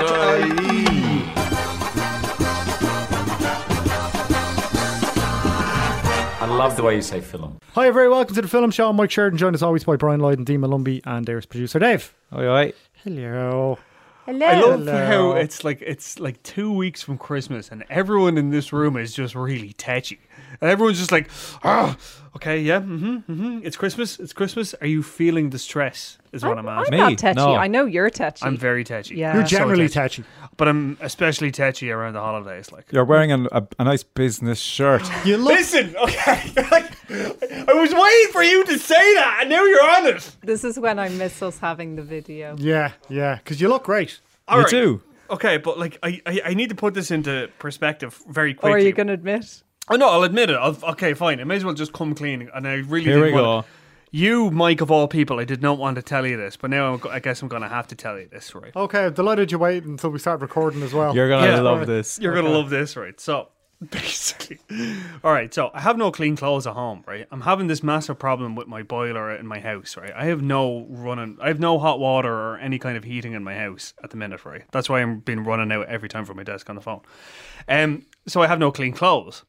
entertainment.ie. I love the way you say film. Hi, very welcome to the film show. I'm Mike Sheridan, joined as always by Brian Lloyd and Dean Malumbi, and there's producer Dave. All right. Hello. I Hello. love how it's like it's like two weeks from Christmas and everyone in this room is just really tetchy. And everyone's just like, oh, okay, yeah, mm-hmm, mm-hmm. It's Christmas, it's Christmas. Are you feeling the stress? Is what I'm, I'm asking. not Me? touchy. No. I know you're touchy. I'm very tetchy. Yeah. You're So generally tetchy. touchy. But I'm especially tetchy around the holidays. Like, You're wearing an, a, a nice business shirt. You look. listen, okay, like, I was waiting for you to say that, and now you're on it. this is when I miss us having the video. Yeah, yeah, because you look great. All you right. do. Okay, but like, I, I I need to put this into perspective very quickly. Or are you going to admit? Oh no, I'll admit it. I'll, okay, fine. I may as well just come clean. And I really Here didn't we want go. You, Mike, of all people, I did not want to tell you this, but now I'm, go- I guess I'm going to have to tell you this, right? Okay, I'm delighted you wait until we start recording as well. You're gonna Yeah. love this. You're going to love this, right? So, basically, all right, so I have no clean clothes at home, right? I'm having this massive problem with my boiler in my house, right? I have no running, I have no hot water or any kind of heating in my house at the minute, right? That's why I'm been running out every time from my desk on the phone. Um, so I have no clean clothes.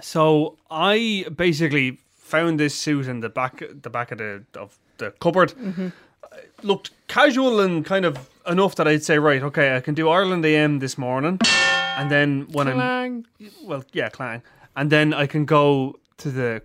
So I basically found this suit in the back the back of the of the cupboard. It Looked casual and kind of enough that I'd say, right, okay, I can do Ireland AM this morning, and then when I'm well, yeah, clang, and then I can go to the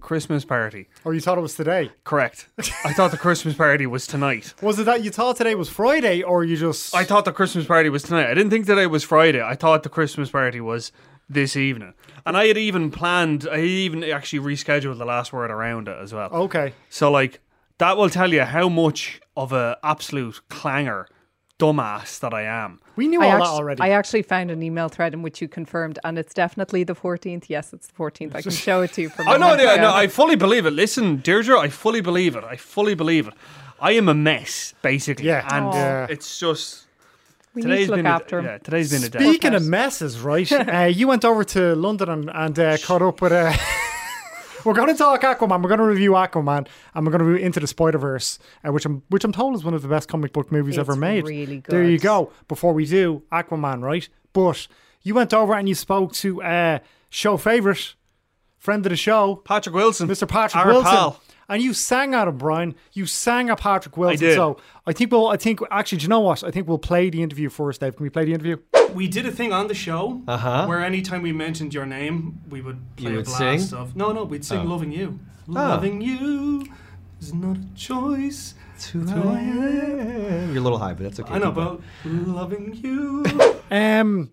Christmas party. Oh, you thought it was today? Correct. I thought the Christmas party was tonight. Was it that you thought today was Friday, or you just? I thought the Christmas party was tonight. I didn't think that it was Friday. I thought the Christmas party was this evening. And I had even planned, I even actually rescheduled the last word around it as well. okay. So, like, that will tell you how much of a absolute clanger dumbass that I am. We knew I, all act- that already. I actually found an email thread in which you confirmed, and it's definitely the 14th. Yes, it's the 14th. I can show it to you from. Oh, no, moment no, ago. no, I fully believe it. Listen, Deirdre, I fully believe it. I fully believe it. I am a mess, basically. Yeah. And Aw. Yeah. it's just. we need Today's to look been after a, him. yeah, today's been a day. Speaking of messes, right? uh, you went over to London and, and uh, caught up with. Uh, we're going to talk Aquaman. We're going to review Aquaman, and we're going to review Into the Spider Verse, uh, which I'm which I'm told is one of the best comic book movies ever It's made. really There you good. go. Before we do Aquaman, right? But you went over and you spoke to uh, show favorite, friend of the show, Patrick Wilson. Mr. Patrick our Wilson. pal. And you sang at him, Brian. You sang at Patrick Wilson. did. So I think we'll. I think actually, do you know what? I think we'll play the interview first, Dave. Can we play the interview? E. we did a thing on the show Uh-huh. where anytime we mentioned your name, we would play You a would blast sing? of. No, no, we'd Oh. sing "Loving You." Ah. Loving you is not a choice. To You're a little high, but that's okay. I know, but loving you. Um,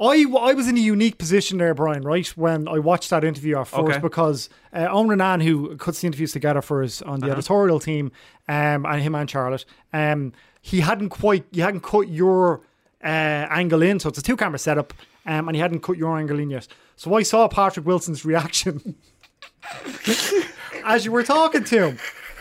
I, I was in a unique position there, Brian, right? When I watched that interview at first, Okay. because uh, Owen Renan, who cuts the interviews together for us on the editorial team, um, and him and Charlotte, um, he hadn't quite, you hadn't cut your uh, angle in. So it's a two camera setup, um, and he hadn't cut your angle in yet. So I saw Patrick Wilson's reaction as you were talking to him.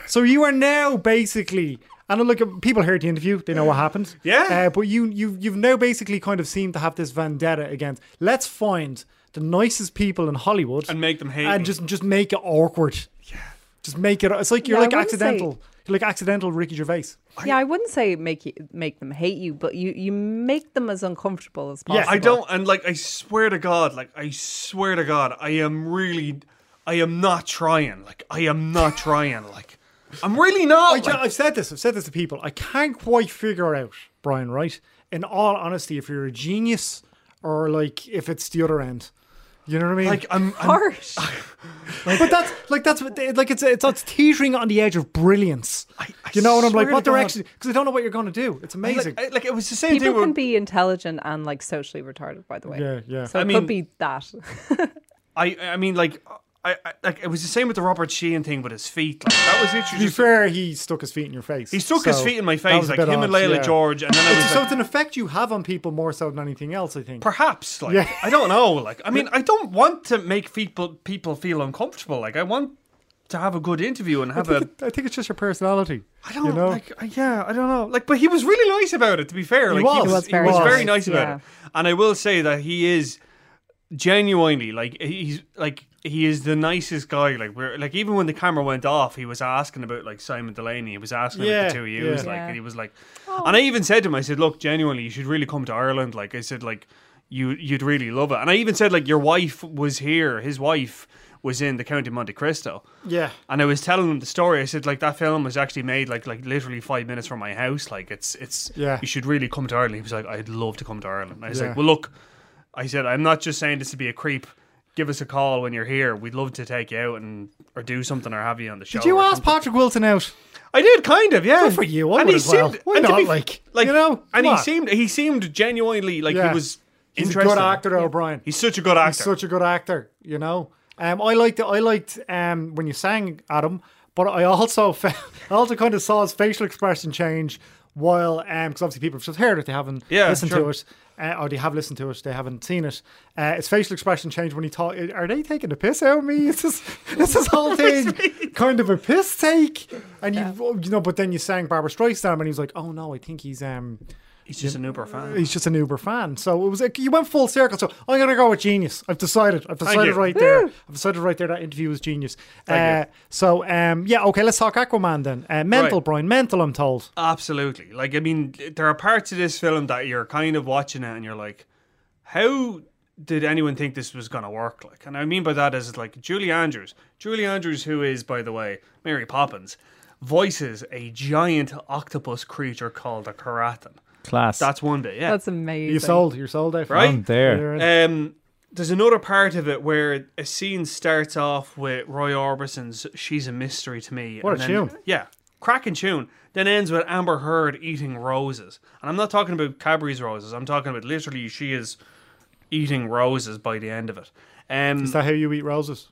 So you are now basically, and look, people heard the interview; they know what happened. Yeah. Uh, but you, you, you've now basically kind of seemed to have this vendetta against. Let's find the nicest people in Hollywood And make them hate and me. just just make it awkward. Yeah. Just make it. It's like you're Yeah, I like wouldn't say- accidental. You're like accidental Ricky Gervais. Yeah, I wouldn't say make you, make them hate you, but you you make them as uncomfortable as Yeah, possible. I don't, and like I swear to God, like I swear to God, I am really, I am not trying. Like I am not trying. Like I'm really not. I, ju- like- I've said this. I've said this to people. I can't quite figure out, Brian. Right? In all honesty, if you're a genius or like if it's the other end. You know what I mean? like I'm, I'm Harsh. but that's like that's what they- like it's it's it's teetering on the edge of brilliance. I you know, and I'm like, swear what to God. direction? Because I don't know what you're going to do. It's amazing. like, I- like it was the same People thing. can With, be intelligent and like socially retarded, by the way. Yeah, yeah. So I it mean- could be that. I, I mean, like I, I, like it was the same with the Robert Sheehan thing with his feet. Like, that was to literally. be just- fair, he stuck his feet in your face. He stuck his So feet in my that face, was a like bit him and odd, Layla yeah. George, and then I It's, was so like, it's an effect you have on people more so than anything else. I think. perhaps, like Yeah. I don't know. Like I mean, I don't want to make people people feel uncomfortable. Like I want to have a good interview and I have think, a it, I think it's just your personality. I don't you know. like. uh, Yeah, I don't know. Like, but he was really nice about it. To be fair, like was. he was, he was very nice about yeah. it. And I will say that he is genuinely like he's like he is the nicest guy. Like we're like even when the camera went off, he was asking about like Simon Delaney. He was asking Yeah, about the two U's. yeah. Like Yeah. and he was like, and I even said to him, I said, look, genuinely, you should really come to Ireland. Like I said, like you you'd really love it. And I even said like your wife was here. His wife was in the County of Monte Cristo. Yeah. And I was telling him the story. I said, like that film was actually made like like literally five minutes from my house. Like it's it's Yeah. You should really come to Ireland. He was like, I'd love to come to Ireland. I was Yeah. like, well, look, I said, I'm not just saying this to be a creep. Give us a call when you're here. We'd love to take you out and or do something or have you on the show. Did you or ask something." Patrick Wilson out? I did, kind of, yeah. Good for you. I would as well. Why and to not? be- Like, you know, and come he on. seemed he seemed genuinely like Yeah. he was He's a interested. good actor, though, O'Brien. He's such a good actor. He's such a good actor, you know. Um, I liked I liked um, when you sang Adam, but I also fe- I also kind of saw his facial expression change while because obviously people have just heard it, they haven't Yeah, listened to sure. it, uh, or they have listened to it, they haven't seen it. Uh, his facial expression changed when he thought, "Are they taking a piss out of me? Is this is this whole thing kind of a piss take?" And you you know, but then you sang Barbara Streisand, and he was like, "Oh no, I think he's um." he's just an Uber fan. he's just an Uber fan. So it was like you went full circle. So I'm gonna go with genius. I've decided. I've decided you. right there. I've decided right there that interview was genius. Uh, so um, yeah, okay, let's talk Aquaman then. Uh, mental, Right. Brian. Mental. I'm told. Absolutely. Like, I mean, there are parts of this film that you're kind of watching it and you're like, how did anyone think this was going to work? Like, and I mean by that is like Julie Andrews. Julie Andrews, who is, by the way, Mary Poppins, voices a giant octopus creature called a Karatan. Class. That's one bit, yeah. That's amazing. You sold. You're sold eh? out. Right? I'm there. You're in. Um, there's another part of it where a scene starts off with Roy Orbison's "She's a Mystery to Me." What and a then- tune. Yeah, cracking tune. Then ends with Amber Heard eating roses, and I'm not talking about Cadbury's roses. I'm talking about literally she is eating roses by the end of it. Um, Is that how you eat roses?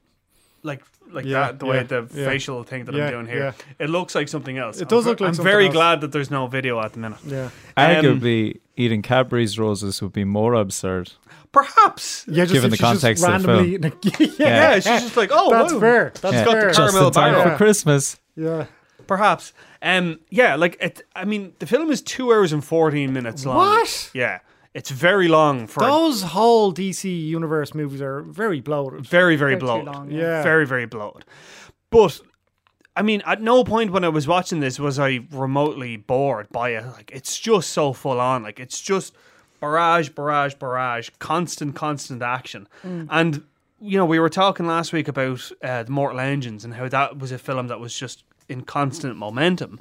like like Yeah, that the way yeah, the yeah. facial thing that Yeah, I'm doing here. It looks like something else. It does I'm, look like I'm something very else. glad that there's no video at the minute. Yeah. um, Arguably, eating Cadbury's roses would be more absurd. Perhaps. Yeah. Just, Given if the she's just context of the randomly yeah. Yeah, she's just like, oh, That's wow. fair. That's Yeah. fair. Just- Just in Caramel time barrel. for Christmas. yeah. Perhaps. Um, yeah, like it, I mean, the film is two hours and fourteen minutes long. What? Yeah, it's very long for Those whole DC universe movies are very bloated. very very They're too bloated. long, Yeah. very very bloated. But I mean, at no point when I was watching this was I remotely bored by it. Like it's just so full on. Like it's just barrage, barrage, barrage, constant, constant action. Mm. And you know, we were talking last week about uh, the Mortal Engines and how that was a film that was just in constant momentum.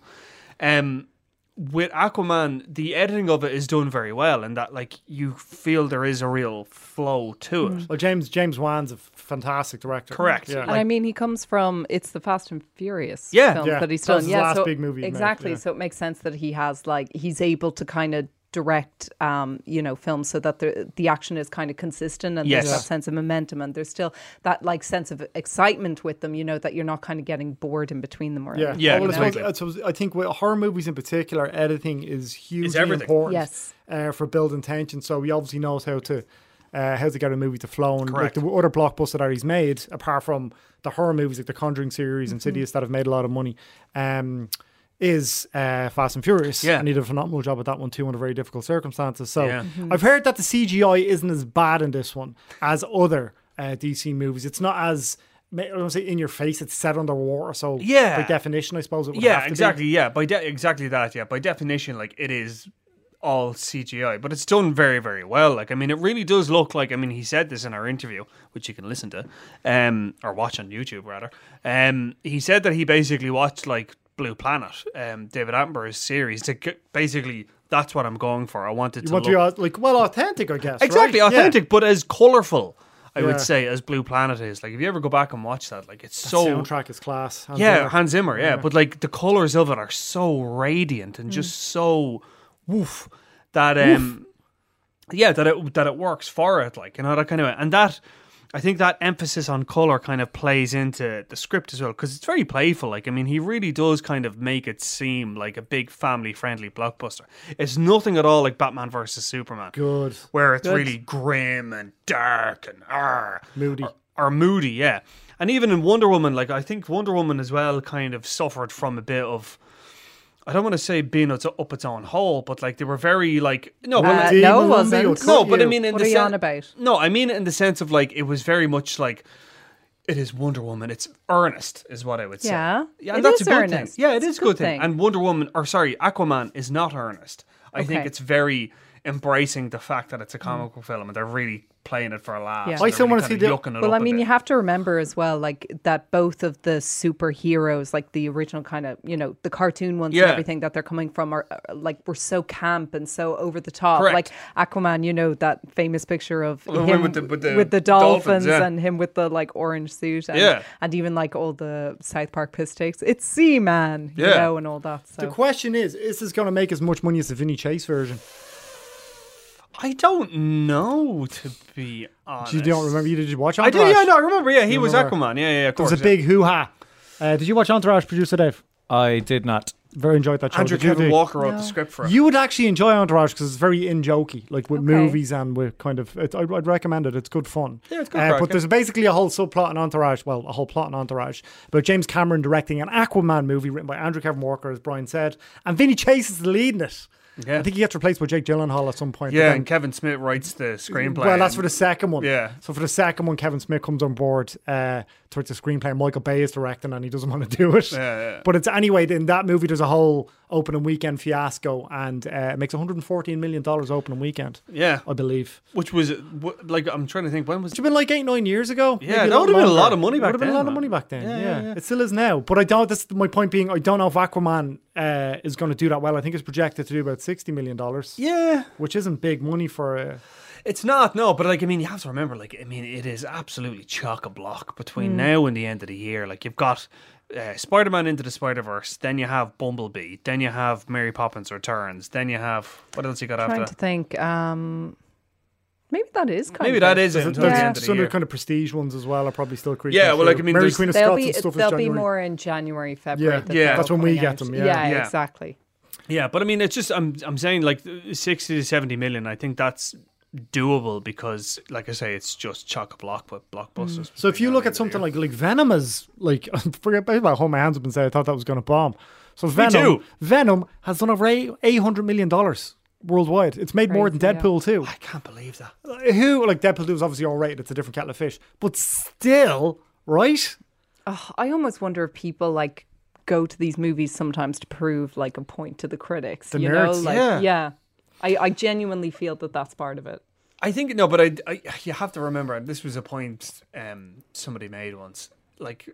Um, with Aquaman, the editing of it is done very well, and that like you feel there is a real flow to it. Well, James James Wan's a fantastic director. Correct. Yeah. And I mean, he comes from it's the Fast and Furious Yeah. films Yeah. that he's That done. was his yeah, last so big movie he made, exactly. yeah. So it makes sense that he has like he's able to kind of direct, um, you know, films so that the the action is kind of consistent and Yes. there's that sense of momentum and there's still that like sense of excitement with them. You know that you're not kind of getting bored in between them or Yeah, anything. Yeah, Oh, well, I suppose- completely. I suppose- I think with horror movies in particular, editing is hugely everything. important. Yes. uh, for building tension. So he obviously knows how to uh, how to get a movie to flow. And Correct. like the other blockbuster that he's made, apart from the horror movies like the Conjuring series, and Insidious, that have made a lot of money. Um, is uh, Fast and Furious, Yeah. and he did a phenomenal job at that one too under very difficult circumstances. So Yeah. I've heard that the CGI isn't as bad in this one as other uh, DC movies. It's not as I don't wanna say in your face. It's set underwater, so Yeah. by definition, I suppose it would have yeah to be. exactly yeah by de- exactly that yeah by definition like it is all cgi but it's done very very well like i mean it really does look like i mean he said this in our interview which you can listen to um or watch on youtube rather um he said that he basically watched like blue planet um david attenborough's series to g- basically that's what i'm going for i wanted You to want to look be au- like well authentic, I guess. exactly right? Yeah. authentic but as colorful i Yeah. would say as blue planet is like if you ever go back and watch that like it's so soundtrack is class. Hans yeah, Zimmer. Hans Zimmer. Yeah. but like the colors of it are so radiant and just Mm. so woof that um, yeah, that it that it works for it. Like you know that kind of and that I think that emphasis on color kind of plays into the script as well because it's very playful. Like I mean, he really does kind of make it seem like a big family friendly blockbuster. It's nothing at all like Batman versus Superman. good, Where it's really grim and dark and ah moody. are moody, yeah. And even in Wonder Woman, like I think Wonder Woman as well kind of suffered from a bit of I don't want to say being it's up its own hole, but like they were very like no, Uh, but Dean no, it Malumbi wasn't. will cut no, but I you. mean in What the are you sen- on about? No, I mean in the sense of like it was very much like it is Wonder Woman. It's earnest, is what I would say. Yeah, yeah, and it that's is a good earnest. thing. Yeah, It's it a is a good good thing. thing. And Wonder Woman, or sorry, Aquaman is not earnest. I think Okay. Mm. it's very embracing the fact that it's a comic book film and they're really playing it for a laugh. Yeah. so I they're still wanna really see the- kinda yucking it Well, I up a mean, bit. you have to remember as well, like that both of the superheroes, like the original kind of, you know, the cartoon ones Yeah. and everything that they're coming from are uh, like were so camp and so over the top. Correct. Like Aquaman, you know, that famous picture of The one him with the- with the dolphins, dolphins, yeah. and him with the like orange suit, and, Yeah. and even like all the South Park piss takes. It's Seaman, you Yeah. know, and all that. So The question is, is this going to make as much money as the Vinny Chase version? I don't know to be honest. You don't remember? You did you watch Oh, I Entourage? did. Yeah, no, I remember. Yeah, he You was remember. Aquaman. Yeah, yeah, yeah, of It was course. a big hoo ha. Uh, did you watch Entourage? Producer Dave, I did not. very enjoyed that show. yeah. Andrew Did you, Kevin Dave? Walker wrote the script for it. You would actually enjoy Entourage because it's very in jokey, like with Okay. movies and with kind of. It, I'd, I'd recommend it. It's good fun. Yeah, it's good Uh, crack, but yeah. there's basically a whole subplot in Entourage. Well, a whole plot in Entourage about James Cameron directing an Aquaman movie written by Andrew Kevin Walker, as Brian said, and Vinny Chase is leading it. Yeah. I think he gets replaced by Jake Gyllenhaal at some point. but yeah, then- and Kevin Smith writes the screenplay. Well, that's for and- the second one. Yeah. So for the second one, Kevin Smith comes on board uh, towards the screenplay. and Michael Bay is directing, and he doesn't want to do it. yeah. But it's anyway. In that movie, there's a whole opening weekend fiasco, and uh, it makes 114 million dollars opening weekend. Yeah, I believe. which was w- like I'm trying to think when was It's been like eight, nine years ago. Yeah, maybe that little would've been a longer. lot of money back Would've been a then, lot of man. money back then. Yeah, yeah, yeah. it still is now. But I don't. That's my point being. I don't know if Aquaman uh, is going to do that well. I think it's projected to do about 60 million dollars, yeah, which isn't big money for. Uh, it's not no, but like I mean, you have to remember, like I mean, it is absolutely chock a block between now and the end of the year. Like you've got uh, Spider Man into the Spider Verse, then you have Bumblebee, then you have Mary Poppins Returns, then you have what else you got after trying to that? think, um, maybe that is kind Maybe of that it. is it There's, until the Yeah. end of there's the some of year. the kind of prestige ones as well. Are probably still creeping. Yeah, well, through. like, I mean, Mary there's- Queen of They'll Scots be and stuff they'll is be January. more in January, February. Yeah. that Yeah. they're That's when we coming get out. them, yeah. yeah, Yeah. exactly. Yeah, but I mean, it's just I'm I'm saying like sixty to seventy million. I think that's doable because, like I say, it's just chock a block with blockbusters. So if you look at something like like Venom is like I forget I about hold my hands up and say I thought that was going to bomb. So Venom, too. Venom has done over eight hundred million dollars worldwide. It's made more than Crazy, yeah. Deadpool too. I can't believe that. Who like Deadpool two is obviously all rated. It's a different kettle of fish, but still, right? I almost wonder if people like go to these movies sometimes to prove like a point to the critics. The you know, nerds. like Yeah. yeah. I, I genuinely feel that that's part of it. I think no, but I, I you have to remember and this was a point um somebody made once. Like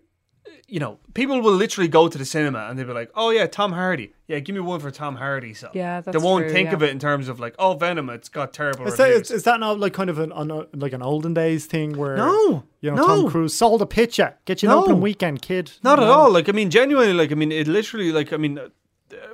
you know, people will literally go to the cinema and they'll be like, "Oh yeah, Tom Hardy. Yeah, give me one for Tom Hardy." So Yeah, they that's won't true, think yeah. of it in terms of like, "Oh, Venom, it's got terrible Is that, is, reviews." is that not like kind of an, an like an olden days thing where No, you know no. Tom Cruise sold a picture, get you an No. opening weekend, kid. Not at all. Like I mean, genuinely. Like I mean, it literally. Like I mean, uh,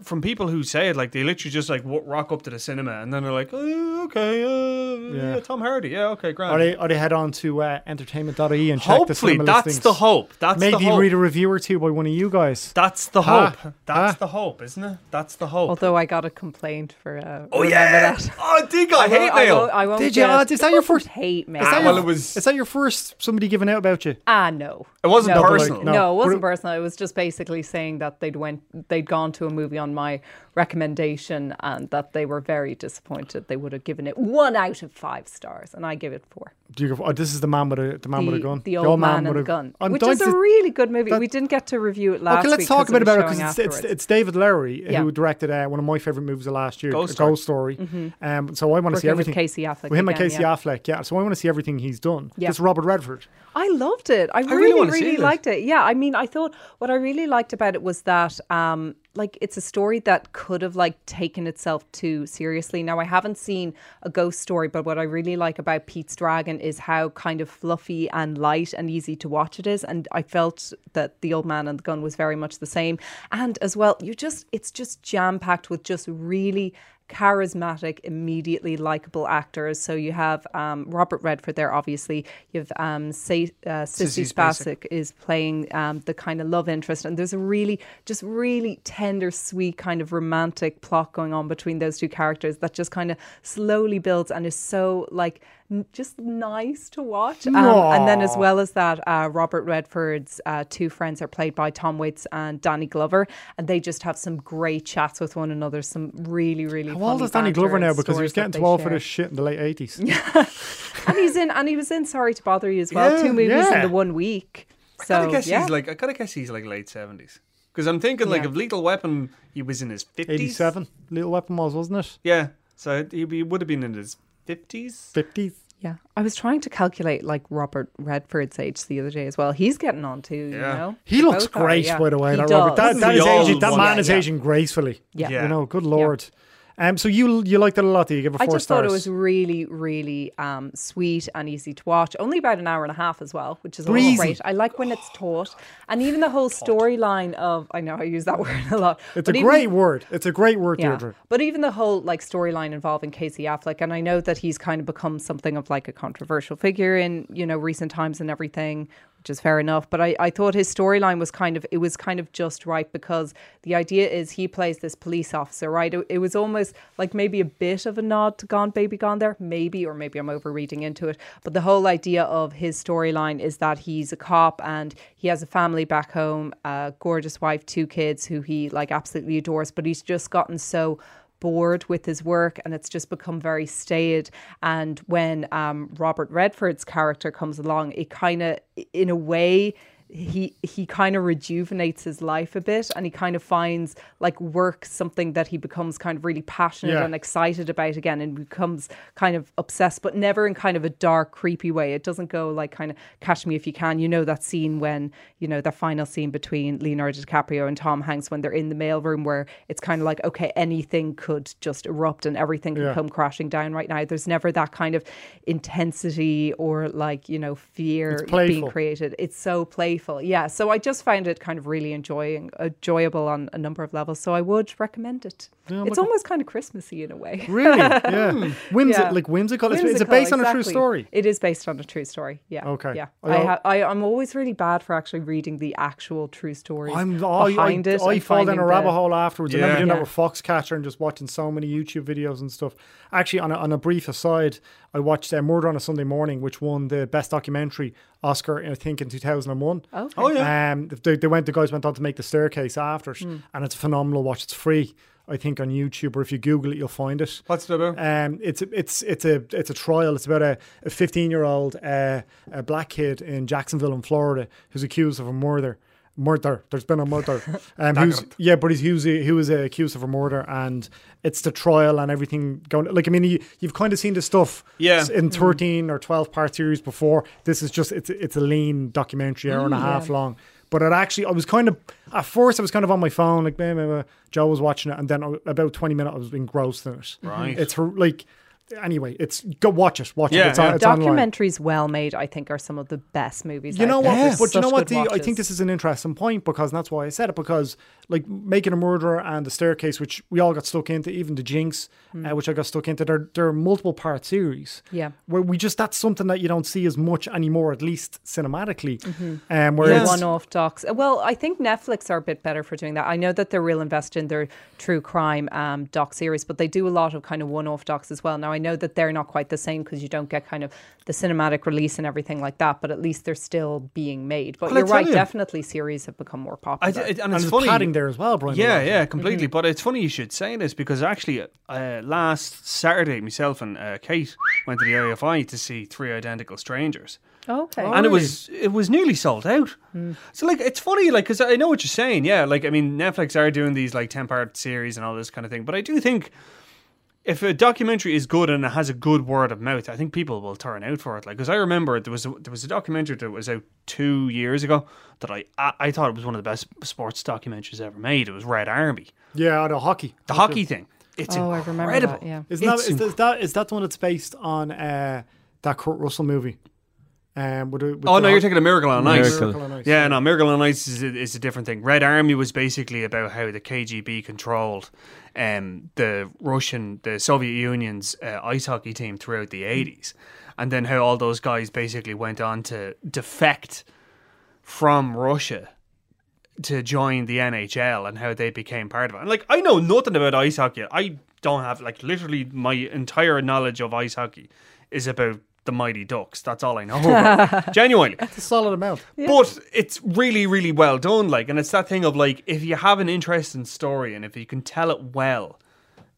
from people who say it, like they literally just like w- rock up to the cinema and then they're like, "Oh, "Okay, uh, yeah. Yeah. Tom Hardy. Yeah, okay, grand." Or they, or they head on to uh, entertainment.ie and check the Hopefully, cinema that's listings. the hope. That's the Maybe hope. read a review or two by one of you guys. That's the Huh? hope. That's Huh? the hope, isn't it? That's the hope. Although I got a complaint for uh, oh yeah. Oh, I did got hate I mail. won't, I won't Did you? get- Ah, is that your first- hate mail? that Is Ah, that well, your- it was- Is that your first somebody giving out about you? Ah no, It wasn't no, personal. No, No. it wasn't But personal. It was just basically saying that they'd went, they'd gone to a movie on my recommendation, and that they were very disappointed. They would have given it one out of five stars, and I give it four. Do you go, oh, this is the man with a the man the, with a gun. the old, man, and the with a- gun, I'm which dying is a to- really good movie. that- we didn't get to review it last Okay, let's week talk a bit it about it because because it's, it's it's David Larry Yeah. Mm-hmm. who directed uh, one of my favorite movies of last year, Ghost Ghost, Story. Um, so I want to see Working with everything. Casey Affleck With him and again, Casey yeah. Affleck, yeah. So I want to see everything he's done. Yeah. It's Robert Redford. I loved it. I really really, wanna really, see it. liked it. Yeah, I mean, I thought what I really liked about it was that, um, like, it's a story that could have like taken itself too seriously. Now, I haven't seen a ghost story, but what I really like about Pete's Dragon is how kind of fluffy and light and easy to watch it is, and I felt that the old man and the gun was very much the same. And as well, you just it's just jam packed with just really charismatic, immediately likable actors. So you have um, Robert Redford there, obviously. You have um, Sa- uh, Sissy Sissy Spacek. Spacek is playing um, the kind of love interest, and there's a really, just really tender, sweet kind of romantic plot going on between those two characters that just kind of slowly builds and is so like n- just nice to watch. Um, and then, as well as that, uh, Robert Redford's uh, two friends are played by Tom Waits and Danny Glover, and they just have some great chats with one another. Some really, really. How old funny is Danny banter Glover and now? Because he was stories that getting they too old for share. this shit in the late eighties. And he's in, and he was in. Sorry to bother you as well. Yeah, two movies yeah. in the one week. So gotta guess yeah. he's like I gotta guess he's like late seventies because I'm thinking like Yeah. of Lethal Weapon he was in his fifties. Eighty-seven. Little Weapon was, wasn't it? Yeah, so he he would have been in his fifties. Fifties. Yeah, I was trying to calculate like Robert Redford's age the other day as well. He's getting on too, you Yeah. know. He They looks both are, great, yeah. by the way. He That Robert. That, does. that, We is all aging, that want man that. is Yeah. aging gracefully. Yeah. Yeah. You know, good lord. Um, so you you liked it a lot. That you give it I four just stars. thought it was really, really um, sweet and easy to watch. Only about an hour and a half as well, which is always Breezy. great. I like when it's taught, and even the whole storyline of I know I use that word a lot. it's a but even- great word. It's a great word, Deirdre. But even the whole like storyline involving Casey Affleck, and I know that he's kind of become something of like a controversial figure in you know recent times and everything, which is fair enough. But I, I thought his storyline was kind of it was kind of just right because the idea is he plays this police officer, right? It, it was almost like maybe a bit of a nod to Gone Baby Gone there, maybe, or maybe I'm overreading into it. But the whole idea of his storyline is that he's a cop and he has a family back home, a gorgeous wife, two kids who he like absolutely adores, but he's just gotten so bored with his work and it's just become very staid and when um, robert redford's character comes along it kind of in a way he he kind of rejuvenates his life a bit and he kind of finds like work something that he becomes kind of really passionate Yeah. and excited about again and becomes kind of obsessed but never in kind of a dark creepy way it doesn't go like kind of catch me if you can you know that scene when you know that final scene between leonardo dicaprio and tom hanks when they're in the mailroom where it's kind of like okay anything could just erupt and everything can Yeah. come crashing down right now there's never that kind of intensity or like you know fear being playful. created. It's so playful. Yeah. So I just found it kind of really enjoying, enjoyable on a number of levels. So I would recommend it. it's almost kind of Christmassy in a way. Really? Yeah. Whimsi- Yeah. Like whimsical. It's- Is it Whimsical, based on a true exactly. story? It is based on a true story. Yeah. Okay. Yeah. I I al- ha- I, I'm always really bad for actually reading the actual true stories I'm I, I, behind it. I and fall down finding a rabbit the- hole afterwards. I remember Yeah. doing Yeah. that with Foxcatcher and just watching so many YouTube videos and stuff. Actually, on a, on a brief aside, I watched uh, Murder on a Sunday Morning, which won the Best Documentary Oscar, I think, in 2001. Okay. Oh yeah, Um, they, they went. The guys went on to make the staircase after it, Hmm. and it's a phenomenal watch. It's free, I think, on YouTube, or if you Google it, you'll find it. what's it about? Um, it's a- it's it's a it's a trial. It's about a a fifteen year old uh, a black kid in Jacksonville, in Florida, who's accused of a murder. Murder. There's been a murder. Um, who's, yeah, but he's who's he was uh, accused of a murder, and it's the trial and everything going. Like I mean, you, you've kind of seen the stuff. Yeah. s- In thirteen or twelve part series before. This is just it's it's a lean documentary, hour and a half long. But it actually, I was kind of at first, I was kind of on my phone, like meh, meh, meh. Joe was watching it, and then uh, about twenty minutes, I was engrossed in it. Right. It's her, like anyway. It's go watch it. Watch Yeah, it. It's, on, yeah. it's online. Documentaries well made, I think, are some of the best movies. You know out what? there. But you Such know what? good The, I watches. think this is an interesting point because that's why I said it. Because like making a murderer and the staircase, which we all got stuck into, even the Jinx, uh, which I got stuck into. There, there are multiple part series. Mm. Yeah. where we just that's something that you don't see as much anymore, at least cinematically. Um, whereas Mm-hmm. one off docs. Uh, Well, I think Netflix are a bit better for doing that. I know that they're real invested in their true crime um, doc series, but they do a lot of kind of one off docs as well. Now, I know that they're not quite the same because you don't get kind of the cinematic release and everything like that, but at least they're still being made. But Well, I you're tell right, you- definitely series have become more I, popular. d- it- and and it's there's funny. padding there as well, Brian. Yeah, yeah, Mm-hmm. completely. But it's funny you should say this because actually, uh, last Saturday, myself and uh, Kate went to the AFI to see Three Identical Strangers. okay. and it was it was nearly sold out. Hmm. So like it's funny like because I know what you're saying. Yeah, like I mean Netflix are doing these like ten part series and all this kind of thing. But I do think if a documentary is good and it has a good word of mouth, I think people will turn out for it. Like because I remember there was a, there was a documentary that was out two years ago that I, I I thought it was one of the best sports documentaries ever made. It was Red Army, yeah, the hockey. the hockey thing. It's Oh, I incredible. remember that, yeah. Isn't It's that, is, that- is that is that the one that's based on uh, that Kurt Russell movie? Um, with, the- with the Oh no, hockey- you're taking a Miracle on Ice. Miracle. on Ice, Yeah, no, Miracle on Ice is a, is a different thing. Red Army was basically about how the KGB controlled um, the Russian, the Soviet Union's uh, ice hockey team throughout the 80s. And then how all those guys basically went on to defect from Russia to join the NHL and how they became part of it. And like, I know nothing about ice hockey. I don't have, like, literally my entire knowledge of ice hockey is about the Mighty Ducks. That's all I know. About. it. Genuinely. It's a solid amount. But it's really, really well done. Like, and it's that thing of like, if you have an interesting story and if you can tell it well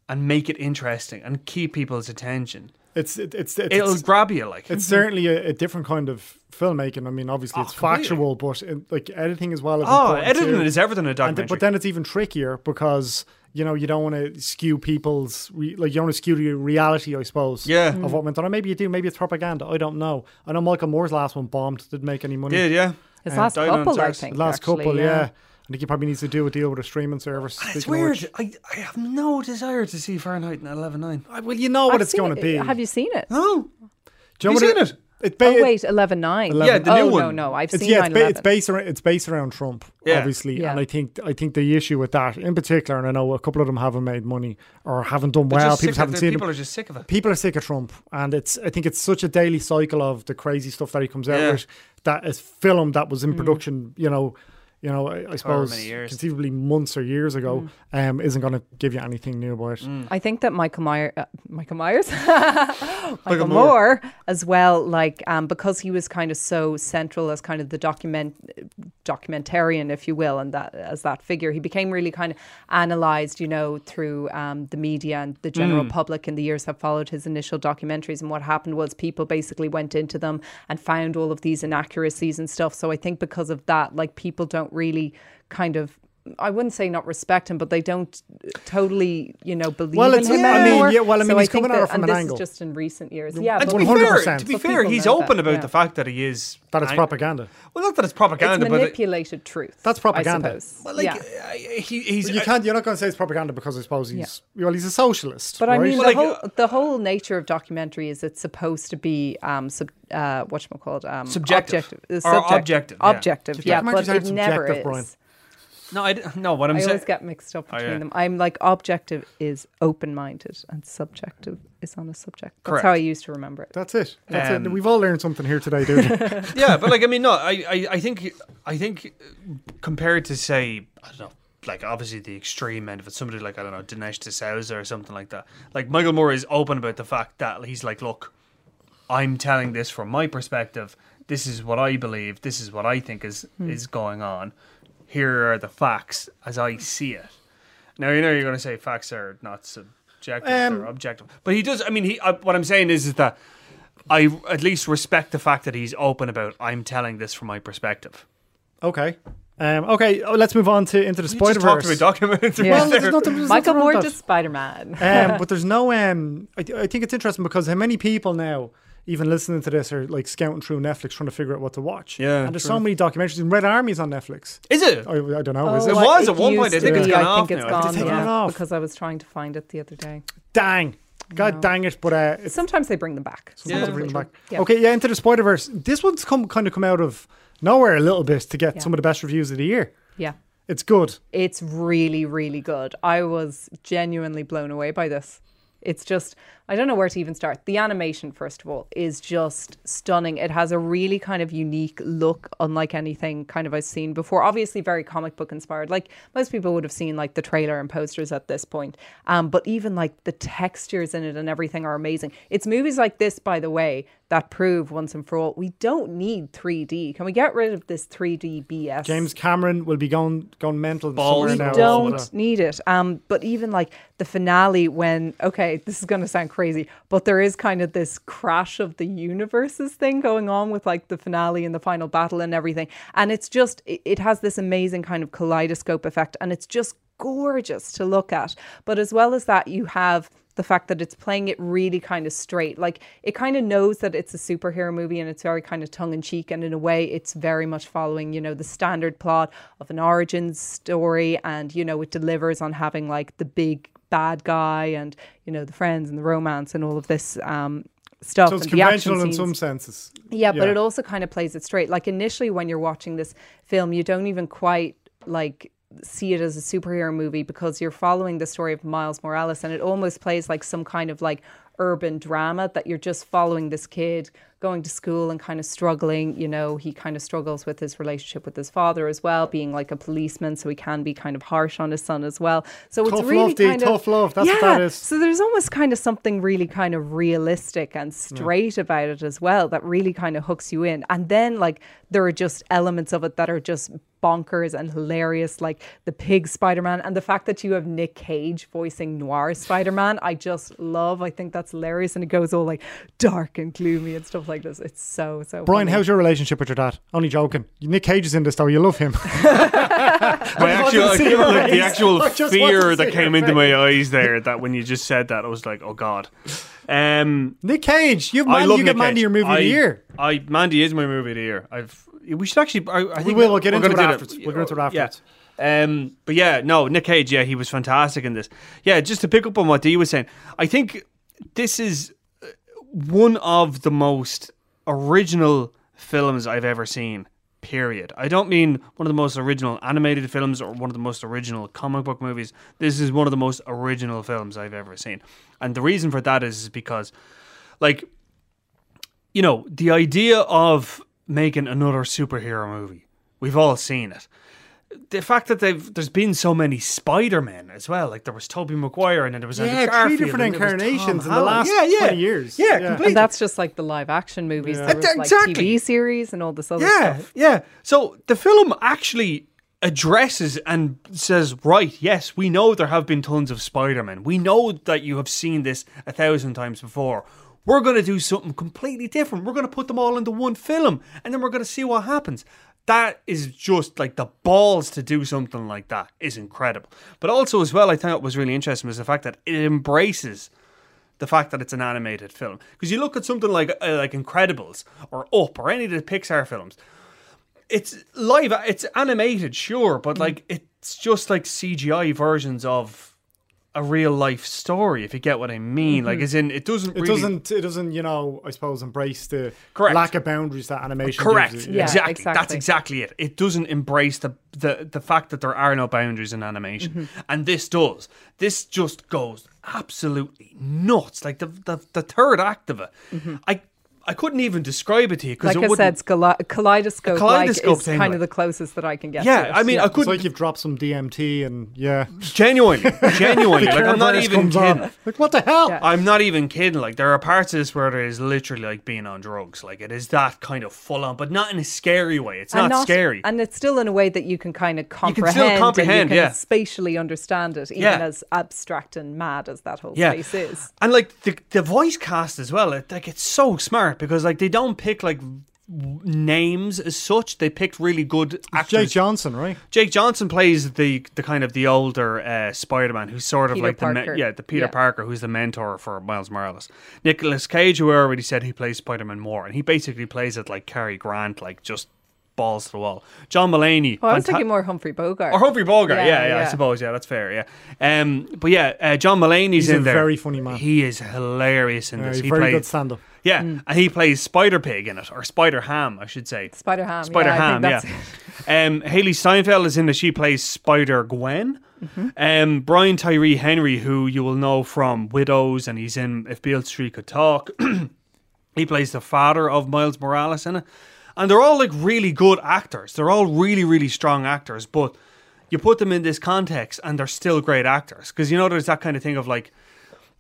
and make it interesting and keep people's attention, It's it, it's it's, it'll it's, grab you. Like, it's certainly a, a different kind of filmmaking. I mean, obviously it's Ah, completely. factual, but it, like editing as well. Is oh, important editing too. is everything in a And documentary. th- but then it's even trickier because you know you don't want to skew people's re- like you don't want to skew the reality, I suppose. Yeah. Mm. Of what went on, or maybe you do. Maybe it's propaganda. I don't know. I know Michael Moore's last one bombed. Didn't make any money. yeah, yeah. His last Died on couple, I Xerxes. think. The last actually, couple, yeah. I think he probably needs to do a deal with a streaming service. Ah, It's Speaking of weird. which- I, I have no desire to see Fahrenheit and 11.9. I- well, you know what I've it's seen going to it. be. Have you seen it? No. Do you Have know you what seen It, ba- Oh wait, eleven nine. Yeah, the oh, new no, one. no, I've it's, seen yeah, nine it's, ba- eleven. it's based around it's based around Trump, Yeah. obviously, Yeah. and I think I think the issue with that in particular, and I know a couple of them haven't made money or haven't done well. Just People sick haven't of, seen people them. are just sick of it. People are sick of Trump, and it's I think it's such a daily cycle of the crazy stuff that he comes out Yeah. with that is film that was in Mm. production, you know, you know, I, I suppose many years. conceivably months or years ago, Mm. um, isn't going to give you anything new about it. Mm. I think that Michael Myers, uh, Michael Myers, Michael, Moore. as well, like um, because he was kind of so central as kind of the document documentarian, if you will, and that as that figure, he became really kind of analyzed, you know, through um, the media and the general Mm. public in the years that followed his initial documentaries. And what happened was people basically went into them and found all of these inaccuracies and stuff. So I think because of that, like people don't really kind of. I wouldn't say not respect him, but they don't totally, you know, believe Well, in it's- him yeah, I mean, anymore. yeah, well, I mean, so he's I think coming at that, it from and an this angle. is just in recent years. Yeah, And but to be 100%. fair, to be But fair, people he's know open that, about yeah. the fact that he is. That it's I- propaganda. Well, not that it's it's propaganda, but it, manipulated truth. That's propaganda. I suppose. but like yeah. I- I- he, he's. But you can't. You're not going to say it's propaganda because I suppose he's well, he's a socialist. But right? I mean, Well, the like, whole the whole nature of documentary is it's supposed to be um, sub, uh, what called um, Subjective. objective, Or uh, subject- objective, yeah. objective, yeah, Documentaries but aren't it never subjective, is. Brian. no, I d- no. What I'm I saying. always get mixed up between yeah. them. I'm like objective is open minded and subjective is on a subject. That's Correct. how I used to remember it. that's it. That's it. Um, We've all learned something here today, dude. yeah, but like I mean, no, I, I, I think, I think, uh, compared to say, I don't know, like obviously the extreme end of it, somebody like I don't know, Dinesh D'Souza or something like that. Like Michael Moore is open about the fact that he's like, look, I'm telling this from my perspective. This is what I believe. This is what I think is is going on. Here are the facts as I see it. Now you know you're going to say facts are not subjective; Um, they're objective. But he does. I mean, he. I, what I'm saying is, is that I at least respect the fact that he's open about. I'm telling this from my perspective. okay. Um, okay. oh, let's move on to into the You just Spider talked to a Verse. documentary. Yeah. Well, there's nothing- there's nothing Michael wrong Moore with to that. Spider Man. um, but there's no. Um, I, I think it's interesting because how many people now, even listening to this, are like scouting through Netflix trying to figure out what to watch. Yeah, and there's true. so many documentaries. And Red Army's on Netflix. Is it? I, I don't know. is Oh, it? I- was at one point. I used think to it's be. gone I off think it's now. I think gone, it's taken yeah, it off. because I was trying to find it the other day. Dang. God dang it! But uh, it's Sometimes they bring them back. Someone Sometimes bring they them back. Yeah. Okay, yeah, into the Spider Verse. This one's come kind of come out of nowhere a little bit to get Yeah. some of the best reviews of the year. Yeah. It's good. It's really, really good. I was genuinely blown away by this. It's just, I don't know where to even start. The animation, first of all, is just stunning. It has a really kind of unique look, unlike anything kind of I've seen before. Obviously, very comic book inspired. Like most people would have seen like the trailer and posters at this point. Um, but even like the textures in it and everything are amazing. It's movies like this, by the way, that prove once and for all we don't need 3D. Can we get rid of this 3D BS? James Cameron will be going going mental Balls somewhere now. We don't need it. Um, but even like the finale, when okay, this is going to sound crazy, but there is kind of this crash of the universes thing going on with like the finale and the final battle and everything, and it's just it, it has this amazing kind of kaleidoscope effect, and it's just gorgeous to look at. But as well as that, you have the fact that it's playing it really kind of straight. Like it kind of knows that it's a superhero movie and it's very kind of tongue in cheek. And in a way, it's very much following, you know, the standard plot of an origin story. And, you know, it delivers on having like the big bad guy and, you know, the friends and the romance and all of this um, stuff. So it's and the action conventional in scenes. some senses. Yeah, but Yeah. it also kind of plays it straight. Like initially, when you're watching this film, you don't even quite like see it as a superhero movie because you're following the story of Miles Morales, and it almost plays like some kind of like urban drama that you're just following this kid going to school and kind of struggling. You know, he kind of struggles with his relationship with his father as well, being like a policeman, so he can be kind of harsh on his son as well. So Tough it's really love, Dee, kind of tough love, that's yeah, what that is. So there's almost kind of something really kind of realistic and straight about it as well that really kind of hooks you in. And then like there are just elements of it that are just bonkers and hilarious, like the pig Spider-Man and the fact that you have Nick Cage voicing noir Spider-Man, I just love. I think that's hilarious. And it goes all like dark and gloomy and stuff like this. It's so so Brian, funny. how's your relationship with your dad? Only joking. Nick Cage is in this, though. You love him. My actual, to I see feel your like the face. actual I just want to fear see that your came into my eyes there, that when you just said that, I was like, oh God. Um, Nick Cage, you, I man, love you Nick get Mandy Cage. your movie I, of the year. I Mandy is my movie of the year. I've we should actually. I, I think will. We'll get we're into gonna it do afterwards. We'll get into it Yeah. afterwards. Um, but yeah, no, Nick Cage. Yeah, he was fantastic in this. Yeah, just to pick up on what Dee was saying, I think this is uh, one of the most original films I've ever seen. Period. I don't mean one of the most original animated films or one of the most original comic book movies. This is one of the most original films I've ever seen, and the reason for that is because, like, you know, the idea of making another superhero movie, we've all seen it. The fact that they've there's been so many Spider Men as well, like there was Tobey Maguire and then there was Andrew Yeah, three Garfield, different and there was Tom incarnations in the Holland. last yeah, yeah. 20 years. Yeah, Yeah. completely. and that's just like the live action movies. There was, like Exactly. TV series and all this other yeah, stuff. Yeah. So the film actually addresses and says, right, yes, we know there have been tons of Spider-Man. We know that you have seen this a thousand times before. We're going to do something completely different. We're going to put them all into one film and then we're going to see what happens. That is just like the balls to do something like that is incredible. But also, as well, I thought was really interesting was the fact that it embraces the fact that it's an animated film. Because you look at something like uh, like Incredibles or Up or any of the Pixar films, it's live, it's animated, sure, Mm. but like it's just like CGI versions of a real life story. If you get what I mean, like as in it doesn't Mm-hmm. It really doesn't. It doesn't. You know, I suppose embrace the Correct. lack of boundaries that animation. Correct. Gives you. Yeah, exactly. That's exactly. exactly it. It doesn't embrace the, the the fact that there are no boundaries in animation, Mm-hmm. and this does. This just goes absolutely nuts. Like the the, the third act of it, I I couldn't even describe it to you because Mm-hmm. Like I said, it's gala- kaleidoscope, kaleidoscope like, is thing, kind like- of the closest that I can get. to yeah, it. I mean, I It's couldn't like you've dropped some DMT and yeah. genuinely, genuinely. like I'm not Kerberos even comes kidding. on. Like what the hell? Yeah. I'm not even kidding. Like there are parts of this where there is literally like being on drugs. Like it is that kind of full on, but not in a scary way. It's not, and scary. and it's still in a way that you can kind of still comprehend. and comprehend, you can yeah. spatially understand it, even Yeah. as abstract and mad as that whole Yeah. space is. And like the the voice cast as well, it, like it's so smart because like they don't pick like w- names as such. They picked really good actors. Jake Johnson, right? Jake Johnson plays the the kind of the older uh, Spider Man, who's sort of Peter like the Parker. yeah the Peter Yeah. Parker, who's the mentor for Miles Morales. Nicholas Cage, who I already said he plays Spider Man more, and he basically plays it like Cary Grant, like just balls to the wall. John Mulaney, Well, Oh, I was fanta- thinking more Humphrey Bogart. or Humphrey Bogart, yeah, Yeah, yeah, I yeah. suppose, yeah, that's fair, yeah. Um, but yeah, uh, John Mulaney's He's a in there. very funny man. He is hilarious in Yeah, this. he's he very plays, good stand-up. Hmm. Yeah, and he plays Spider Pig in it, or Spider Ham, I should say. Spider Ham. Spider yeah, Ham, I yeah. think that's um, Haley Steinfeld is in that. She plays Spider Gwen. Mm-hmm. Um, Brian Tyree Henry, who you will know from Widows, and he's in If Beale Street Could Talk. he plays the father of Miles Morales in it. And they're all like really good actors. They're all really, really strong actors, but you put them in this context and they're still great actors. Because you know, there's that kind of thing of like,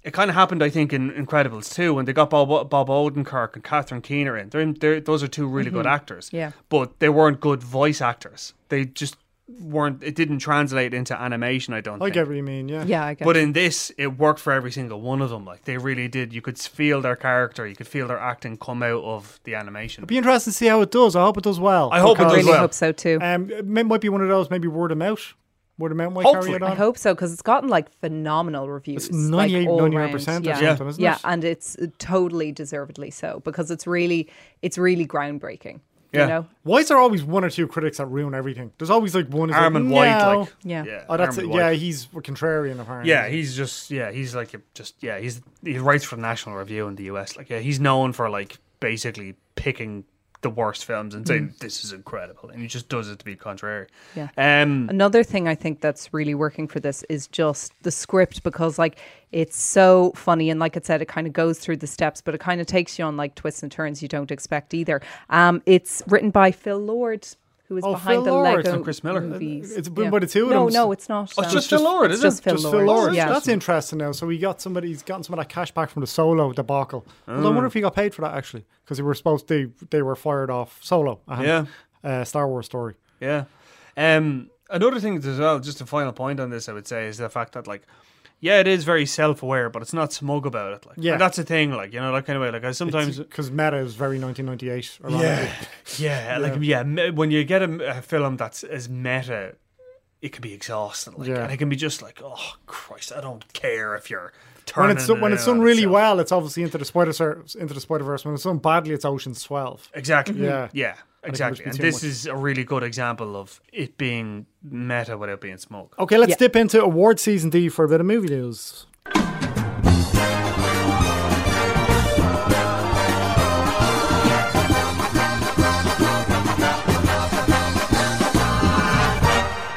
it kind of happened, I think, in Incredibles too, when they got Bob, Bob Odenkirk and Catherine Keener in. They're, in- they're, those are two really good actors. Mm-hmm. Yeah. But they weren't good voice actors. They just weren't, it didn't translate into animation, I don't I think. get what you mean. Yeah. yeah, I guess. But in this, it worked for every single one of them. Like they really did. You could feel their character. You could feel their acting come out of the animation. Be interesting to see how it does. I hope it does well. I hope it I does really well. hope so too. Um, it may- might be one of those. Maybe word of mouth. Word of mouth might Hopefully. carry it I on. I hope so because it's gotten like phenomenal reviews. It's like, 98, all 99% round. or yeah. something, isn't yeah, it? and it's totally deservedly so because it's really, it's really groundbreaking. Yeah. You know? Why is there always one or two critics that ruin everything? There's always like one. is like, Armand White, "No." like Yeah. Oh, that's it. Armand Yeah, White. he's contrarian apparently. Yeah, he's just yeah, he's like a- just yeah, he's he writes for the National Review in the US. Like yeah, he's known for like basically picking the worst films and saying this is incredible, and he just does it to be contrary. Mm. Yeah. Um. Another thing I think that's really working for this is just the script because like it's so funny and like I said, it kind of goes through the steps, but it kind of takes you on like twists and turns you don't expect either. Um, it's written by Phil Lord, who is Oh, behind Phil the Lord. Lego And Chris Miller. movies. Uh, It's been by the two of No, them. no, it's not. Oh, it's um, just Phil Lord, it's is it? just Phil Just Lord. Phil Lawrence. Yeah. That's interesting now. So he got somebody. He's gotten some of that cash back from the solo debacle. Although I wonder if he got paid for that actually, because they were supposed to. They were fired off solo. I Yeah. had, Uh, Star Wars story. Yeah. Um, another thing as well, just a final point on this, I would say, is the fact that like, yeah, it is very self-aware, but it's not smug about it. Like, Yeah. and that's the thing. Like, you know, that kind of way. Like, I sometimes, because meta is very 1998. Ironically. yeah, yeah, like, yeah. me- When you get a, a film that's as meta, it can be exhausting. Like, Yeah. and it can be just like, oh Christ, I don't care if you're turning When it's done- when it it's done on really itself. well, it's obviously into the spider into the Spider Verse. When it's done badly, it's Ocean's Twelve. Exactly. Yeah. Yeah. Exactly. be And too this much. is a really good example of it being meta without being smug. Okay, let's Yeah. dip into award season D for a bit of movie news.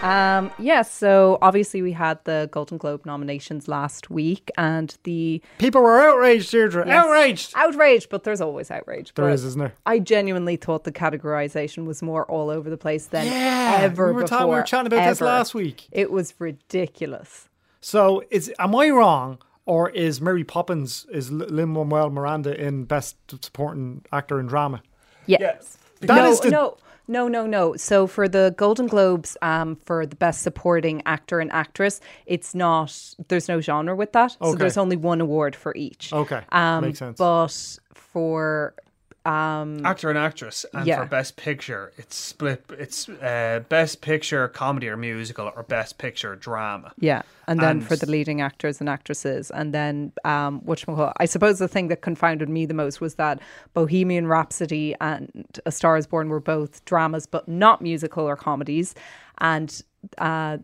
Um, yeah, so obviously we had the Golden Globe nominations last week and the People were outraged, Deirdre. Yes. Outraged. outrage, but there's always outrage. There but is, isn't there? I genuinely thought the categorization was more all over the place than Yeah, ever we were before. ta- we were chatting about this ever. last week. It was ridiculous. So is am I wrong, or is Mary Poppins is Lin Manuel Miranda in Best Supporting Actor in Drama? Yes. Oh, That no, is the- no, no, no, no. So for the Golden Globes, um, for the best supporting actor and actress, it's not. There's no genre with that. So Okay. there's only one award for each. Okay, Um, makes sense. But for actor and actress and Mm. Yeah. for best picture it's split it's uh, best picture comedy or musical or best picture drama Yeah, and then for And- the leading actors and actresses, and then um, which I suppose the thing that confounded me the most was that Bohemian Rhapsody and A Star Is Born were both dramas, but not musical or comedies, and uh,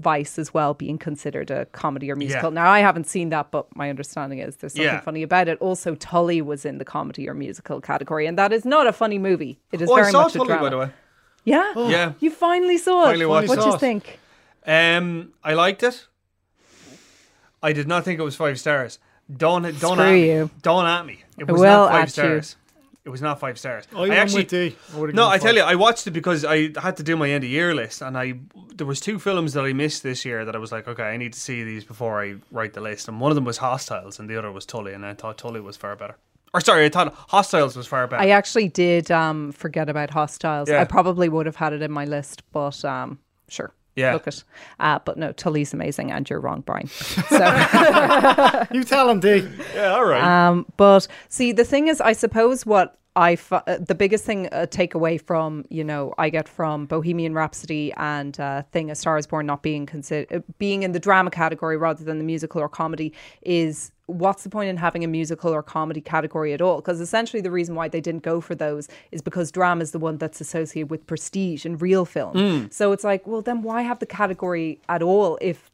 Vice as well being considered a comedy or musical. Now I haven't seen that, but my understanding is there's something Yeah. funny about it. Also, Tully was in the comedy or musical category, and that is not a funny movie. It is oh very i saw much a Tully drama. by the way Yeah, Yeah. you finally saw Finally it. watched What do it. you think? um i liked it i did not think it was five stars don't don't at Screw me. you. don't at me it was will not five at you. stars it was not five stars I, went with D. I would've No, given I tell five. you, I watched it because I had to do my end of year list, and I there was two films that I missed this year that I was like, okay, I need to see these before I write the list. And one of them was Hostiles, and the other was Tully, and I thought Tully was far better. Or sorry, I thought Hostiles was far better. I actually did um, forget about hostiles. Yeah. I probably would have had it in my list, but um, sure. Yeah. Look it. Uh, but no, Tully's amazing and you're wrong, Brian. So, You tell him, D. yeah, all right. um, but see, the thing is, I suppose what I, fu- uh, the biggest thing, uh, takeaway from, you know, I get from Bohemian Rhapsody and uh, Thing A Star is Born not being considered, being in the drama category rather than the musical or comedy is what's the point in having a musical or comedy category at all? Because essentially, the reason why they didn't go for those is because drama is the one that's associated with prestige and real film. So it's like, well, then why have the category at all if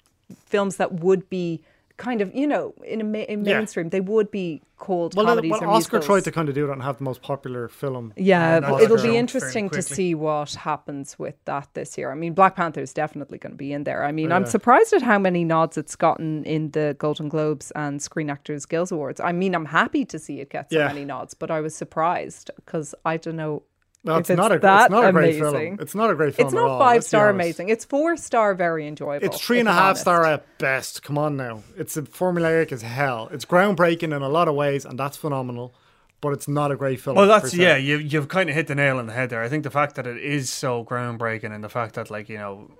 films that would be kind of, you know, in a ma- in Yeah. mainstream, they would be called Well, comedies well or Oscar musicals. tried to kind of do that and have the most popular film. Yeah, And but that's it'll grown be fairly interesting to quickly. see what happens with that this year. I mean, Black Panther is definitely going to be in there. I Oh, mean, I'm surprised at how many nods it's gotten in the Golden Globes and Screen Actors Guild Awards. I mean, I'm happy to see it get so Yeah. many nods, but I was surprised because I don't know. No, if it's, not a, that it's not a great amazing. film. It's not a great film. It's at not all, five let's be star honest. amazing. It's four star very enjoyable. It's three and if a I'm half honest. star at best. Come on now. It's a formulaic as hell. It's groundbreaking in a lot of ways, and that's phenomenal. But it's not a great film. well, per that's se. yeah. You you've kind of hit the nail on the head there. I think the fact that it is so groundbreaking, and the fact that like you know,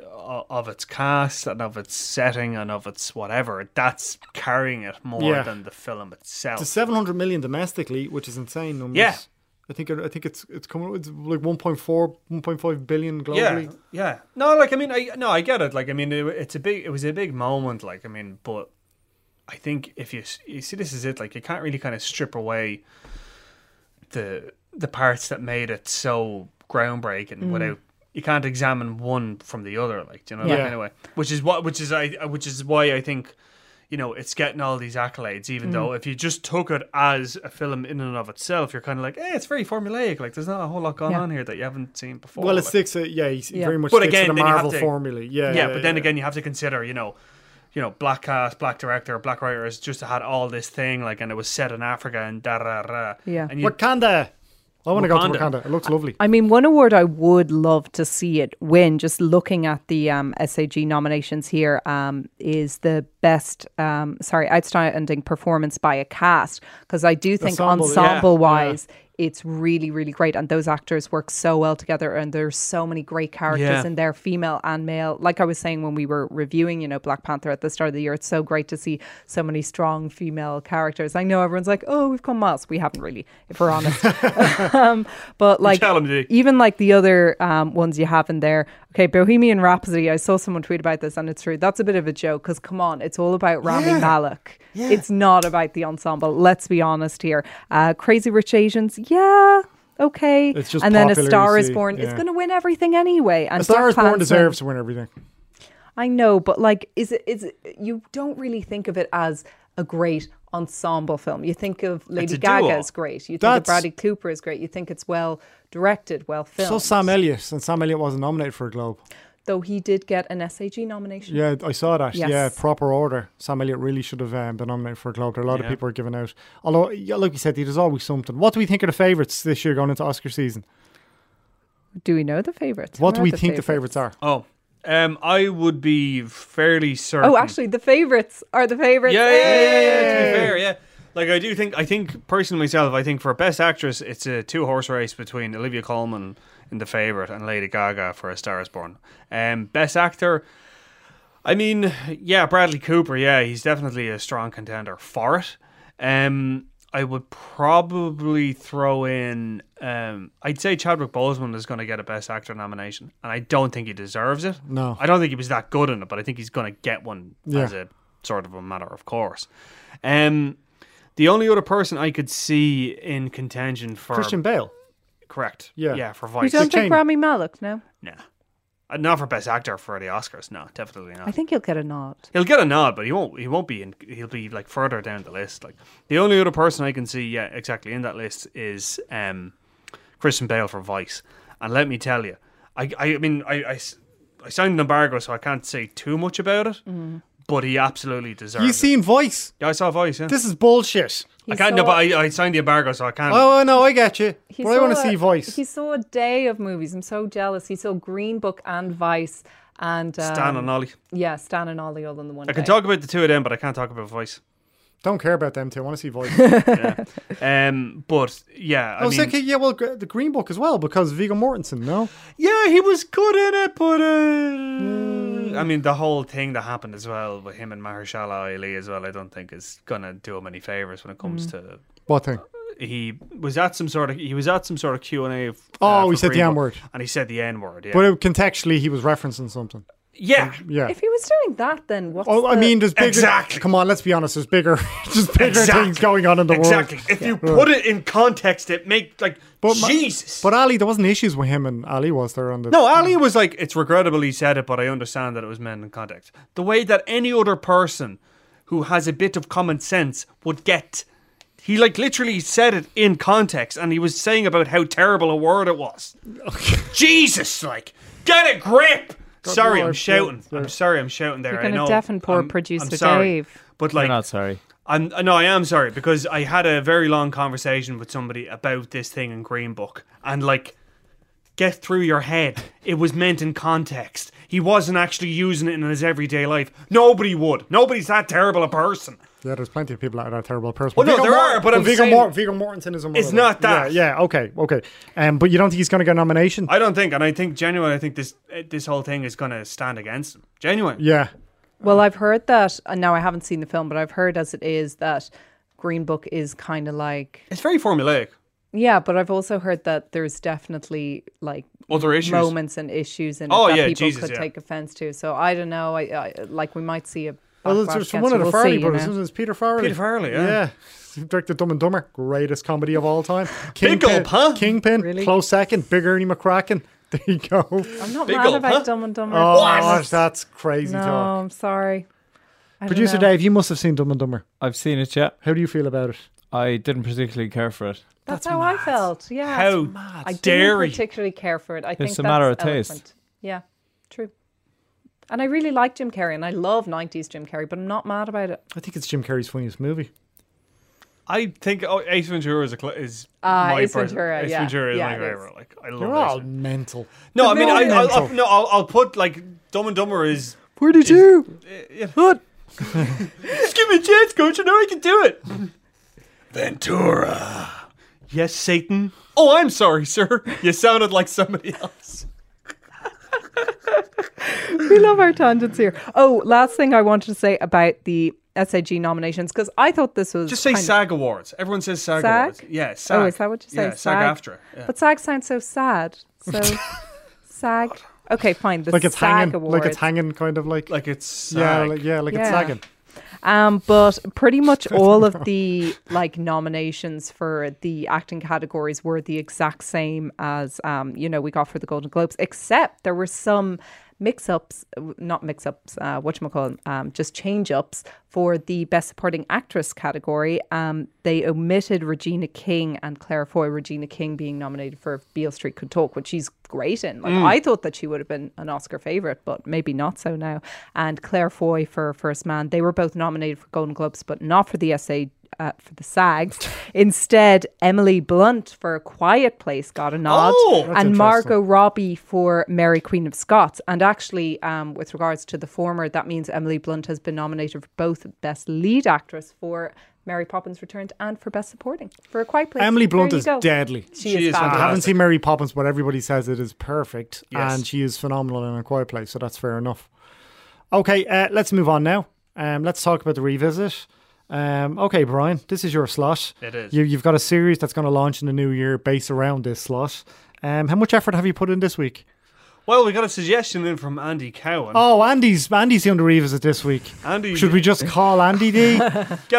o- of its cast and of its setting and of its whatever, that's carrying it more Yeah. than the film itself. It's a 700 million domestically, which is insane numbers. Yeah. I think I think it's it's coming it's like 1.4 1.5 billion globally. Yeah, yeah. No, like I mean, I no, I get it. Like I mean, it, it's a big, it was a big moment. Like I mean, but I think if you s- you see, this is it. Like you can't really kind of strip away the the parts that made it so groundbreaking Mm. without. You can't examine one from the other, like do you know Yeah. that kind of way. Which is what, which is I, which is why I think you know, it's getting all these accolades, even though Mm. if you just took it as a film in and of itself, you're kind of like, hey, it's very formulaic. Like, there's not a whole lot going Yeah. on here that you haven't seen before. Well, it Like- sticks. To, yeah, he s- Yeah. very much But sticks again, to the then you have Marvel to- formula. Yeah, yeah, but then again, you have to consider, you know, you know, black cast, black director, black writers just had all this thing, like, and it was set in Africa and da da da. Yeah. and you, Wakanda. I want to go to Wakanda. Wakanda. It looks lovely. I mean, one award I would love to see it win, just looking at the um, SAG nominations here, um, is the best, um, sorry, outstanding performance by a cast. Because I do think Ensemble, ensemble, yeah. wise, it's really, really great. And those actors work so well together. And there's so many great characters Yeah. in there, female and male. Like I was saying when we were reviewing, you know, Black Panther at the start of the year, it's so great to see so many strong female characters. I know everyone's like, oh, we've come miles. We haven't really, if we're honest. um, but like, Tell 'em, Dee. even like the other um, ones you have in there. Okay, Bohemian Rhapsody. I saw someone tweet about this, and it's true. That's a bit of a joke because come on, it's all about Rami Malek. It's not about the ensemble. Let's be honest here. Uh, Crazy Rich Asians. Yeah. Okay, It's just and then a popular, you Star is see, Born. It's yeah. going to win everything anyway. And A Star Black is Born Klansman- deserves to win everything. I know, but like, is it? Is it, you don't really think of it as a great ensemble film. You think of Lady a duo. Gaga is great. You think of That's- Bradley Cooper is great. You think it's well directed, well filmed. So Sam eh? Elliott, and Sam Elliott wasn't nominated for a Globe. though he did get an SAG nomination. Yeah, I saw that. Yes. Yeah, proper order. Sam Elliott really should have um, been nominated for a Globe. There are a lot of people are giving out. Although, yeah, like you said, there's always something. What do we think are the favourites this year going into Oscar season? Do we know the favorites? What Who do we are think the favourites are? oh, um, I would be fairly certain. Oh, actually, the favorites are the favorites. yeah, yeah, yeah, yeah, yeah, To Yay! be fair, yeah. Like I do think, I think personally myself, I think for best actress, it's a two horse race between Olivia Colman in The Favorite and Lady Gaga for A Star Is Born. Um, best actor, I mean, yeah, Bradley Cooper, yeah, he's definitely a strong contender for it. Um, I would probably throw in, um, I'd say Chadwick Boseman is going to get a best actor nomination, and I don't think he deserves it. No. I don't think he was that good in it, but I think he's going to get one Yeah. as a sort of a matter of course. Um, the only other person I could see in contention for Christian Bale. correct, Yeah. yeah, for You Vice, don't think Kane. Rami Malek? No, nah, Uh, not for Best Actor for the Oscars, no, definitely I not. think he'll get a nod. He'll get a nod, but he won't. He won't be. In, he'll be like further down the list. Like the only other person I can see, yeah, exactly in that list is um, Christian Bale for Vice. And let me tell you, I, I mean, I, I s- I signed an embargo, so I can't say too much about it. But he absolutely deserves. Mm-hmm. You it. seen Voice? Yeah, I saw Vice. Yeah. This is bullshit. He I can't. saw- No, but I, I signed the embargo, so I can't. Oh, no, I get you. he But I saw want to a- see Voice. He saw a day of movies. I'm so jealous. He saw Green Book and Vice, and um, Stan and Ollie. Yeah, Stan and Ollie all in the one. I can day. talk about the two of them, but I can't talk about Vice. Don't care about them two. I want to see Voice. Um, but yeah, I, I was mean, thinking, yeah, well, gr- the Green Book as well because Viggo Mortensen. No, yeah, he was good in it, but Hmm. uh, I mean, the whole thing that happened as well with him and Mahershala Ali as well, I don't think is gonna do him any favors when it Hmm. comes to. what thing? He was at some sort of he was at some sort of Q and A. uh, Oh, he said the N-word. and he said the N word. Yeah, But it, contextually, he was referencing something. yeah, Yeah. If he was doing that, then what's oh, I the- mean, there's bigger. Exactly. Come on, let's be honest. There's bigger, just bigger Exactly. things going on in the exactly. world. If you put it in context, it make like But my- Jesus. But Ali, there wasn't issues with him and Ali was there on the. No, Ali was like, it's regrettable he said it, but I understand that it was meant in context. The way that any other person who has a bit of common sense would get. He like literally said it in context and he was saying about how terrible a word it was. Jesus, like, get a grip! sorry, I'm Lord, shouting. yeah, I'm sorry, I'm shouting there. You're I gonna know. deafen poor I'm- I'm producer sorry. Dave. But You're like, not sorry. I'm uh, no, I am sorry because I had a very long conversation with somebody about this thing in Green Book, and like, get through your head. It was meant in context. He wasn't actually using it in his everyday life. Nobody would. Nobody's that terrible a person. Yeah, there's plenty of people that are that terrible person. Well, no, Viggo there are, but I'm Viggo, saying- Mor- Viggo Mortensen is a. It's not that. Yeah, yeah, okay, okay. Um, but you don't think he's going to get a nomination? I don't think, and I think genuinely, I think this eh, this whole thing is gonna stand against him. Genuine. yeah. Well, I've heard that, and now I haven't seen the film, but I've heard as it is that Green Book is kind of like It's very formulaic. Yeah, but I've also heard that there's definitely like Other issues. moments and issues in it Oh, that yeah, people Jesus, could yeah. take offense to. So I don't know. I, I like we might see a Well, backlash it's, it's from against one it. of the We'll Farley see, you brothers, know. isn't it? It's Peter Farley. Peter Farley, yeah. Yeah. He Directed Dumb and Dumber, greatest comedy of all time. Kingpin, up, huh? Kingpin, Really? close second. Big Ernie McCracken. There you go. I'm not Big mad gulp, about huh? Dumb and Dumber. Oh, that's crazy no, talk. I'm sorry. I don't Producer know. Dave, you must have seen Dumb and Dumber. I've seen it yet. How do you feel about it? I didn't particularly care for it. That's, how I felt. Yeah. How I dare didn't you? particularly care for it. I think a matter that's of taste. eloquent. Yeah, true. And I really like Jim Carrey, and I love '90s Jim Carrey, but I'm not mad about it. I think it's Jim Carrey's funniest movie. I think oh, Ace Ventura is a cl- is Ah, my Ace pers- Ventura, Ace yeah. Ventura is Yeah, my it is. favorite. Like I love They're Ace all Ventura. mental. No, I They're mean I, all I'll, I'll, mental. no, I'll, I'll put like Dumb and Dumber is. Where did you? What? Just give me a chance, coach. I know I can do it. Ventura. Yes, Satan. Oh, I'm sorry, sir. You sounded like somebody else. We love our tangents here. Oh, last thing I wanted to say about the SAG nominations because I thought this was Just say kind of- SAG awards. Everyone says SAG, SAG? awards. Yeah, SAG. Oh, is that what you say? Yeah, SAG after. But SAG sounds so sad. So SAG. Okay, fine. The Like it's SAG hanging. Awards. Like it's hanging, kind of like. Like it's SAG. yeah, like, yeah, like it's Yeah. sagging. Um, but pretty much all of the like nominations for the acting categories were the exact same as um, you know we got for the Golden Globes, except there were some mix-ups, uh, not mix-ups, uh, what um, just change-ups for the Best Supporting Actress category. Um, they omitted Regina King and Claire Foy. Regina King being nominated for If Beale Street Could Talk, which she's great in. Like I thought that she would have been an Oscar favorite, but maybe not so now. And Claire Foy for First Man. They were both nominated for Golden Globes, but not for the essay. Uh, for the SAGs. Instead, Emily Blunt for Quiet Place got a nod, Oh! and interesting. Margot Robbie for Mary Queen of Scots. And actually, um, with regards to the former, that means Emily Blunt has been nominated for both Best Lead Actress for Mary Poppins Returned and for Best Supporting for A Quiet Place. Emily Blunt There you is go. deadly. She, She is, is fabulous. I haven't Fantastic. seen Mary Poppins, but everybody says it is perfect, Yes. and she is phenomenal in a quiet place. So that's fair enough. Okay, uh, let's move on now. Um, let's talk about the revisit. Um, okay, Brian, this is your slot. It is. You, you've got a series that's going to launch in the new year based around this slot. Um, how much effort have you put in this week? Well, we got a suggestion in from Andy Cowan. Oh, Andy's Andy's doing the revisit this week. Andy, Should we just call Andy D? get him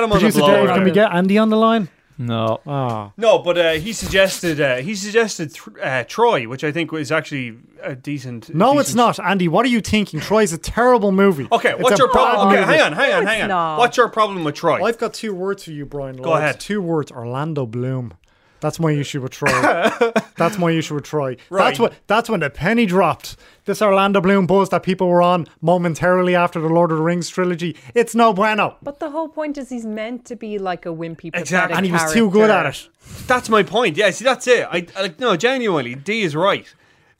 on the Producer blower? Dave, can we get Andy on the line? No. Oh, No, but uh, he suggested uh, he suggested th- uh, Troy, which I think was actually a decent. no, it's decent- not. Andy, what are you thinking? Troy's a terrible movie. Okay, It's what's a your bad problem? Okay, movie. hang on, hang on, No, hang it's on. not. What's your problem with Troy? I've got two words for you, Brian. Go ahead. Two words: Orlando Bloom. That's my issue with Troy. that's my issue with Troy. Right. That's what. That's when the penny dropped. This Orlando Bloom buzz that people were on momentarily after the Lord of the Rings trilogy. It's no bueno, But the whole point is he's meant to be like a wimpy, pathetic Exactly. and he was too good at character. it. That's my point. Yeah, see, that's it. I, I like no, genuinely, D is right.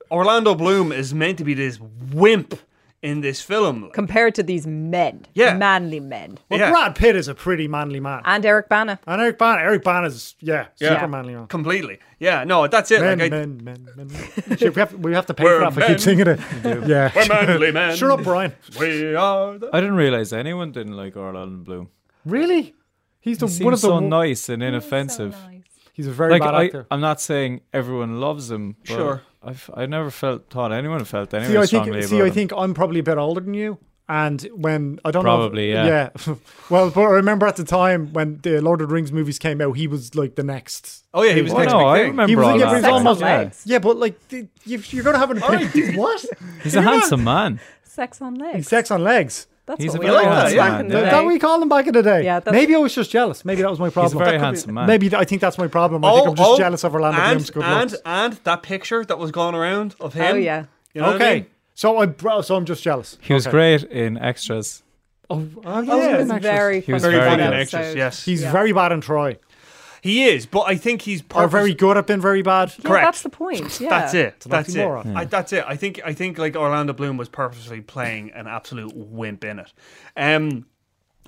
Orlando Bloom is meant to be this wimp in this film. Like, Compared to these men, Yeah. manly men, Well, Yeah. Brad Pitt is a pretty manly man, and Eric Bana. and Eric Bana. Eric Bana's yeah, Yeah. super manly man. completely. Yeah, no, that's it. Men, like, I, men, men, men, men. Shit, we, have, we have to pay We're for that. if I men. keep singing it. Yeah. We're manly men. Sure up, Brian. We are. The- I didn't realize anyone didn't like Orlando Bloom. Really? He's the He seems one of the. so wo- nice and inoffensive. He's a very Like bad I, actor. I'm not saying everyone loves him. But Sure. I've I never felt thought anyone felt anyone See, I strongly think see, about I him. think I'm probably a bit older than you. And when I don't Probably, know, if- yeah. yeah. well, but I remember at the time when the Lord of the Rings movies came out, he was like the next. Oh yeah, he was Oh, next no, big I thing. remember He was, all yeah, but that. he was almost yeah. legs. yeah, but like the- if you're gonna have an opinion, what? He's a handsome man. Sex on legs. Sex on legs. That's He's what a we very called handsome it back man, in Is the yeah. that day. what we call him back in the day? Yeah, that's- Maybe I was just jealous. Maybe that was my problem. He's a very That could be- handsome man. Oh, Maybe I think that's my problem. I think I'm just jealous of Orlando and, Bloom's good and, looks. And that picture that was going around of him. Oh, yeah. You know what I okay, mean? so I bro- so I'm just jealous. He was Okay. great in extras. Oh, oh, yeah, Oh, he was actually. very He was funny very in funny that in Extras, episode. yes. He's very bad in Troy. he is, but I think he's Or purpose- very good at being very bad. Yeah, Correct. that's the point. Yeah. That's it. an That's it. oxymoron. I, that's it. I think I think like Orlando Bloom was purposely playing an absolute wimp in it. Um,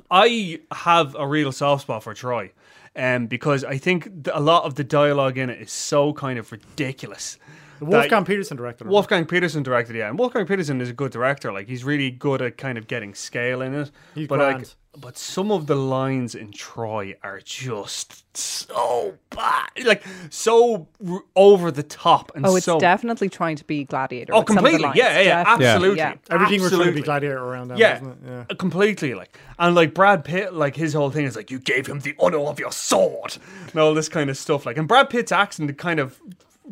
I have a real soft spot for Troy, um, because I think th- a lot of the dialogue in it is so kind of ridiculous. that- Wolfgang Peterson directed. it. Wolfgang Peterson directed, yeah, and Wolfgang Peterson is a good director. Like he's really good at kind of getting scale in it. He's but grand. like, but some of the lines in Troy are just so bad, like so r- over the top and Oh, it's so. definitely trying to be Gladiator. Oh, with some of the completely. lines. Yeah, yeah, yeah, Definitely. absolutely. Yeah. Everything was trying to be Absolutely. gladiator around that, wasn't it? Yeah. uh, completely. Like, and like Brad Pitt, like his whole thing is like, you gave him the honor of your sword, and all this kind of stuff. Like, and Brad Pitt's accent kind of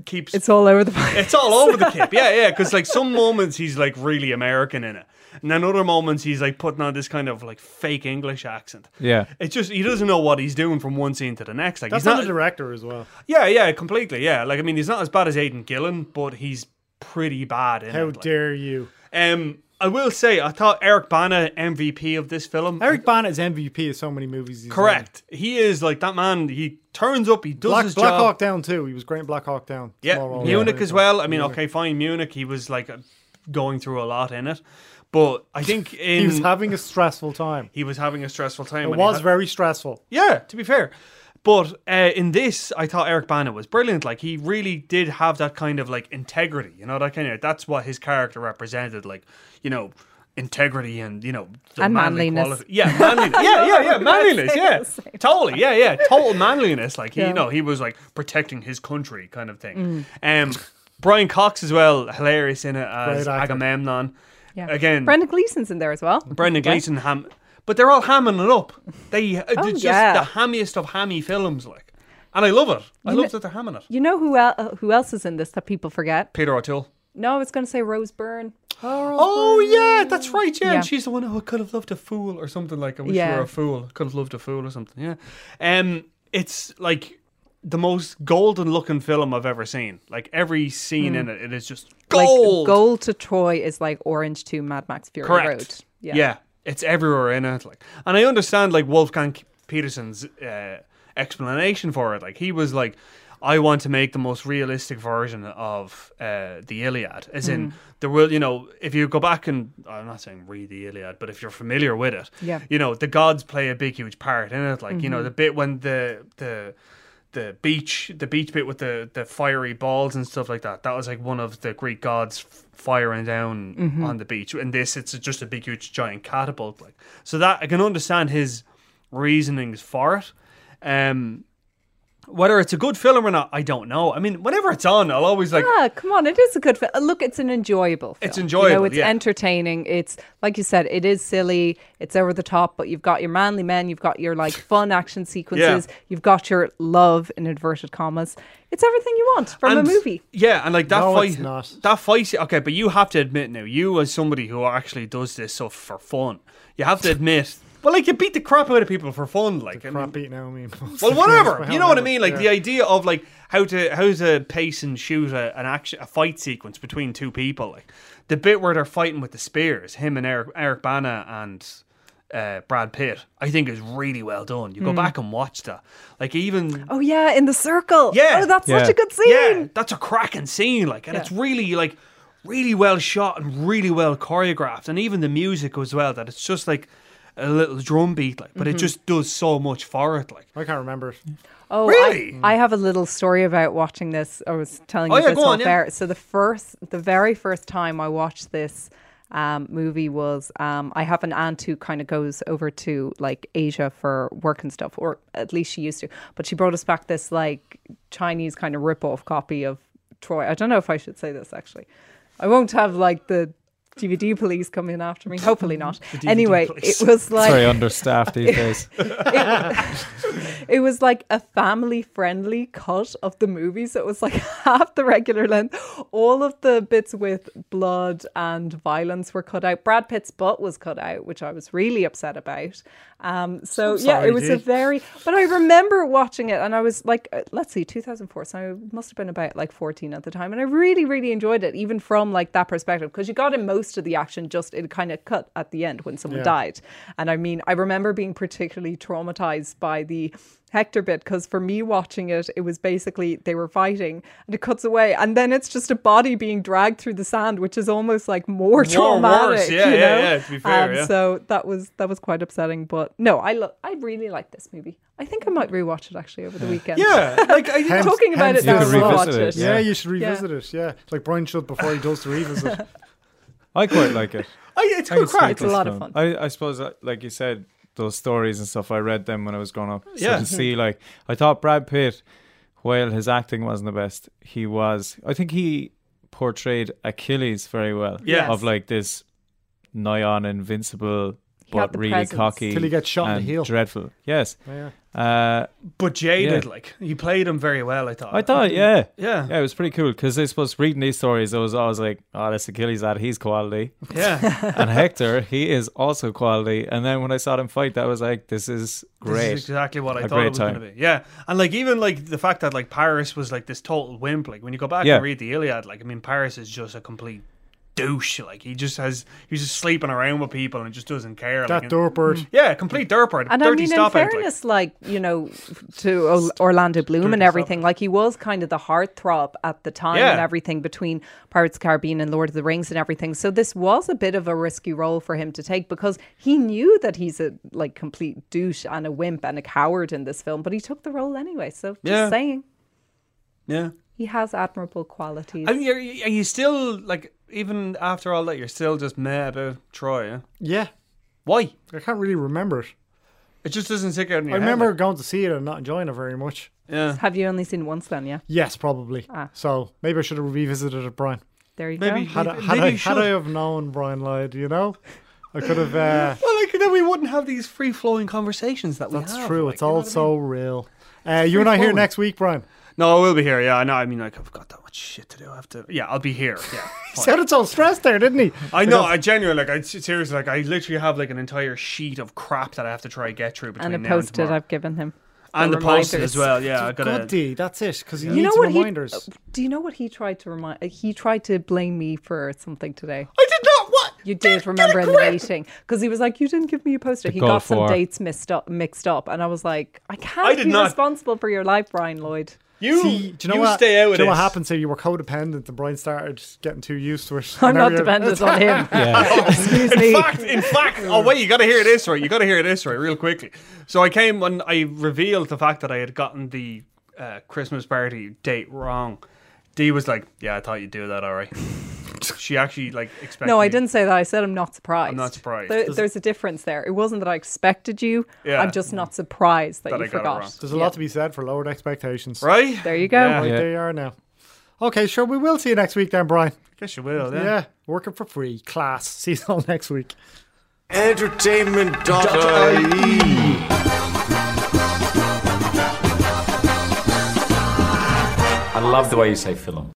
keeps It's all over the place. it's all over the kip. Yeah, yeah. Because like some moments he's like really American in it, and then other moments he's like putting on this kind of like fake English accent. Yeah. It's just he doesn't know what he's doing from one scene to the next. Like That's he's not not, the director as well. yeah, yeah, completely, yeah. Like I mean, he's not as bad as Aidan Gillen, but he's pretty bad. In it, How like. dare you? Um, I will say I thought Eric Bana MVP of this film. Eric Bana is MVP of so many movies. He's correct. He is like that man. He turns up. He in. does Black, his Black job. Hawk Down too. He was great in Black Hawk Down. Yeah, Small role. Munich as well. I mean, okay, fine, Munich. He was like uh, going through a lot in it, but I think in He was having a stressful time. he was having a stressful It time. and he was had- very stressful. yeah, to be fair. But uh, in this, I thought Eric Bana was brilliant. Like he really did have that kind of like integrity, you know, that kind of that's what his character represented. Like you know, integrity and you know the And manly manliness. quality. Yeah, manliness. yeah, yeah, yeah, we were manliness. saying Yeah, the same totally. Yeah, yeah, total manliness. Like he, Yeah. you know, he was like protecting his country, kind of thing. Mm. Um, Brian Cox as well, hilarious in it as Great actor. Agamemnon. Yeah. Again, Brendan Gleeson's in there as well. Brendan Gleeson ham, but they're all hamming it up. They it's just Oh, yeah. the hammiest of hammy films, like, and I love it. I love that they're hamming it. You know who el- uh, who else is in this that people forget? Peter O'Toole. No, I was going to say Rose Byrne. Oh yeah, that's right. Yeah, Yeah. And she's the one who could have loved a fool or something like. I wish you Yeah. were a fool. Could have loved a fool or something. Yeah. Um, it's like the most golden looking film I've ever seen. Like every scene in it, it is just gold. Hmm. Like, gold to Troy is like orange to Mad Max Fury Road. Correct. Yeah. it's everywhere in it. Like, and I understand like Wolfgang Petersen's uh, explanation for it. Like, he was like, "I want to make the most realistic version of uh, the Iliad." As Mm-hmm. in, there will, you know, if you go back and I'm not saying read the Iliad, but if you're familiar with it, Yeah. you know, the gods play a big, huge part in it. Like, you know, the bit when the the the beach, the beach bit with the, the fiery balls and stuff like that. That was like one of the Greek gods f- firing down on the beach. And this, it's just a big, huge, giant catapult. Like so that I can understand his reasonings for it. Um, whether it's a good film or not, I don't know. I mean, whenever it's on, I'll always like Ah, come on! It is a good film. Look, it's an enjoyable. Film. It's enjoyable, You know, it's yeah. entertaining. It's like you said, it is silly. It's over the top, but you've got your manly men. You've got your like fun action sequences. You've got your love in inverted commas. It's everything you want from And- a movie. Yeah, and like that No, fight, it's not. that fight. Okay, but you have to admit now, you as somebody who actually does this stuff for fun, you have to admit. Well, like you beat the crap out of people for fun, like I mean- Crap beat now, I mean. well, whatever. You know what whatever, I mean? Like yeah. the idea of like how to how to pace and shoot a, an action a fight sequence between two people. Like the bit where they're fighting with the spears, him and Eric Eric Bana and uh, Brad Pitt, I think is really well done. Hmm. You go back and watch that. Like even Oh yeah, in the circle. Yeah. Oh, that's Yeah. such a good scene. yeah, that's a cracking scene. Like, and it's really like really well shot and really well choreographed, and even the music as well. That it's just like a little drum beat, like, but it just does so much for it. Like, I can't remember. it. Oh, I- Really? I, have a little story about watching this. I was telling Oh, you yeah, this go on, off yeah. air. So the first, the very first time I watched this um, movie was um, I have an aunt who kind of goes over to like Asia for work and stuff, or at least she used to. But she brought us back this like Chinese kind of rip-off copy of Troy. I don't know if I should say this actually. I won't have like the DVD police come in after me. Hopefully not. anyway, police. it was like Sorry, understaffed these days. it was like a family friendly cut of the movie. So it was like half the regular length. All of the bits with blood and violence were cut out. Brad Pitt's butt was cut out, which I was really upset about. Um, so yeah, sorry, it was a dude. very, but I remember watching it and I was like, uh, let's see, 2004. So I must have been about like 14 at the time. And I really, really enjoyed it, even from like that perspective, because you got in most of the action just it kind of cut at the end when someone Yeah. died died. And I mean, I remember being particularly traumatized by the Hector bit because for me watching it, it was basically they were fighting and it cuts away, and then it's just a body being dragged through the sand, which is almost like more traumatic. worse. Yeah, you yeah, know? Um, yeah, to be fair, yeah. So that was that was quite upsetting. But no, I lo- I really like this movie. I think I might rewatch it actually over the weekend. yeah, um, like I, Hence- Talking about hence it the now, You could I'll watch revisit it. it, Yeah, Yeah. you should revisit it. Yeah, it's like Brian should before he does the revisit. I quite like it. I, it's I good used to crack. like It's a this lot of film. fun. I, I suppose, uh, like you said, those stories and stuff. I read them when I was growing up. So Yeah. to see, like, I thought Brad Pitt, while his acting wasn't the best, he was. I think he portrayed Achilles very well. Yes. Of like this nigh on invincible had but the really presence. cocky Till he gets shot in the and heel. dreadful. Yes. Yeah. Uh, But jaded, Yeah. like he played him very well. I thought. I thought, yeah. Yeah. Yeah, it was pretty cool because I suppose reading these stories, I was always like, oh, that's Achilles at he's quality. Yeah. and Hector, he is also quality. And then when I saw them fight, that was like, this is great. This is exactly what I A thought it great was going to time. be. Yeah, and like even like the fact that like Paris was like this total wimp. Like when you go back Yeah. and read the Iliad, like I mean Paris is just a complete douche. Like he just has he's just sleeping around with people and just doesn't care. That like, door bird. Yeah, Mm-hmm. complete dirtbird. And I dirty mean, in stop out, like. fairness, like, you know, to O- Orlando Bloom and stop everything, like he was kind of the heartthrob at the time and Yeah. everything between Pirates of the Caribbean and Lord of the Rings and everything. So this was a bit of a risky role for him to take because he knew that he's a like complete douche and a wimp and a coward in this film, but he took the role anyway. So just Yeah. saying, yeah. he has admirable qualities. I mean, are, you- are you still like even after all that? You're still just mad about Troy. Yeah? Yeah. Why? I can't really remember it. It just doesn't stick out in your I head, remember like, going to see it and not enjoying it very much. yeah. Have you only seen it once then? Yeah, Yes, probably. Ah. So maybe I should have revisited it, Brian. there you Maybe- go. Had, I, Maybe- had, maybe I, you had should. I have known Brian Lloyd, you know, I could have. Uh, Well, like then we wouldn't have these free flowing conversations that we that's have, true. like, it's you know all what I mean? so real. Uh, you're not here forward. next week, Brian. No, I will be here. Yeah, I know. I mean, like, I've got that much shit to do. I have to. Yeah, I'll be here. Yeah. He fine. sounded so stressed there, didn't he? I know. I genuinely like. I seriously like. I literally have like an entire sheet of crap that I have to try and get through between And a now post it tomorrow. I've given him. and the post reminders. as well. Yeah, I gotta. Good D, that's it. Because he You needs know what reminders. he? uh, Do you know what he tried to remind? uh, He tried to blame me for something today. I did not. What? You did remember in the meeting because he was like, "You didn't give me a poster." He got Gulf some War. dates mixed up, mixed up, and I was like, "I can't I did be not- responsible for your life, Brian Lloyd." You. See, do you know what? Stay out. do of you know what this. happens here? You were codependent, and Brian started getting too used to it. I'm Now not you're- dependent on him. Excuse me. Oh, In fact, in fact, oh wait, you got to hear this right. You got to hear this right, real quickly. So I came when I revealed the fact that I had gotten the uh, Christmas party date wrong. Dee was like, "Yeah, I thought you'd do that, all right." she actually like expected. No, I me- didn't say that. I said I'm not surprised. not surprised. There- Does- there's a difference there. It wasn't that I expected you. Yeah. I'm just not surprised that, That you I got it forgot. wrong. There's a lot to be said for lowered expectations. Right There you go. Yeah. Right, Yeah. there you are now. Okay, sure. We will see you next week, then, Brian. Guess you will. Yeah, Yeah. working for free, class. See you all next week. Entertainment.ie. I love the way you say film.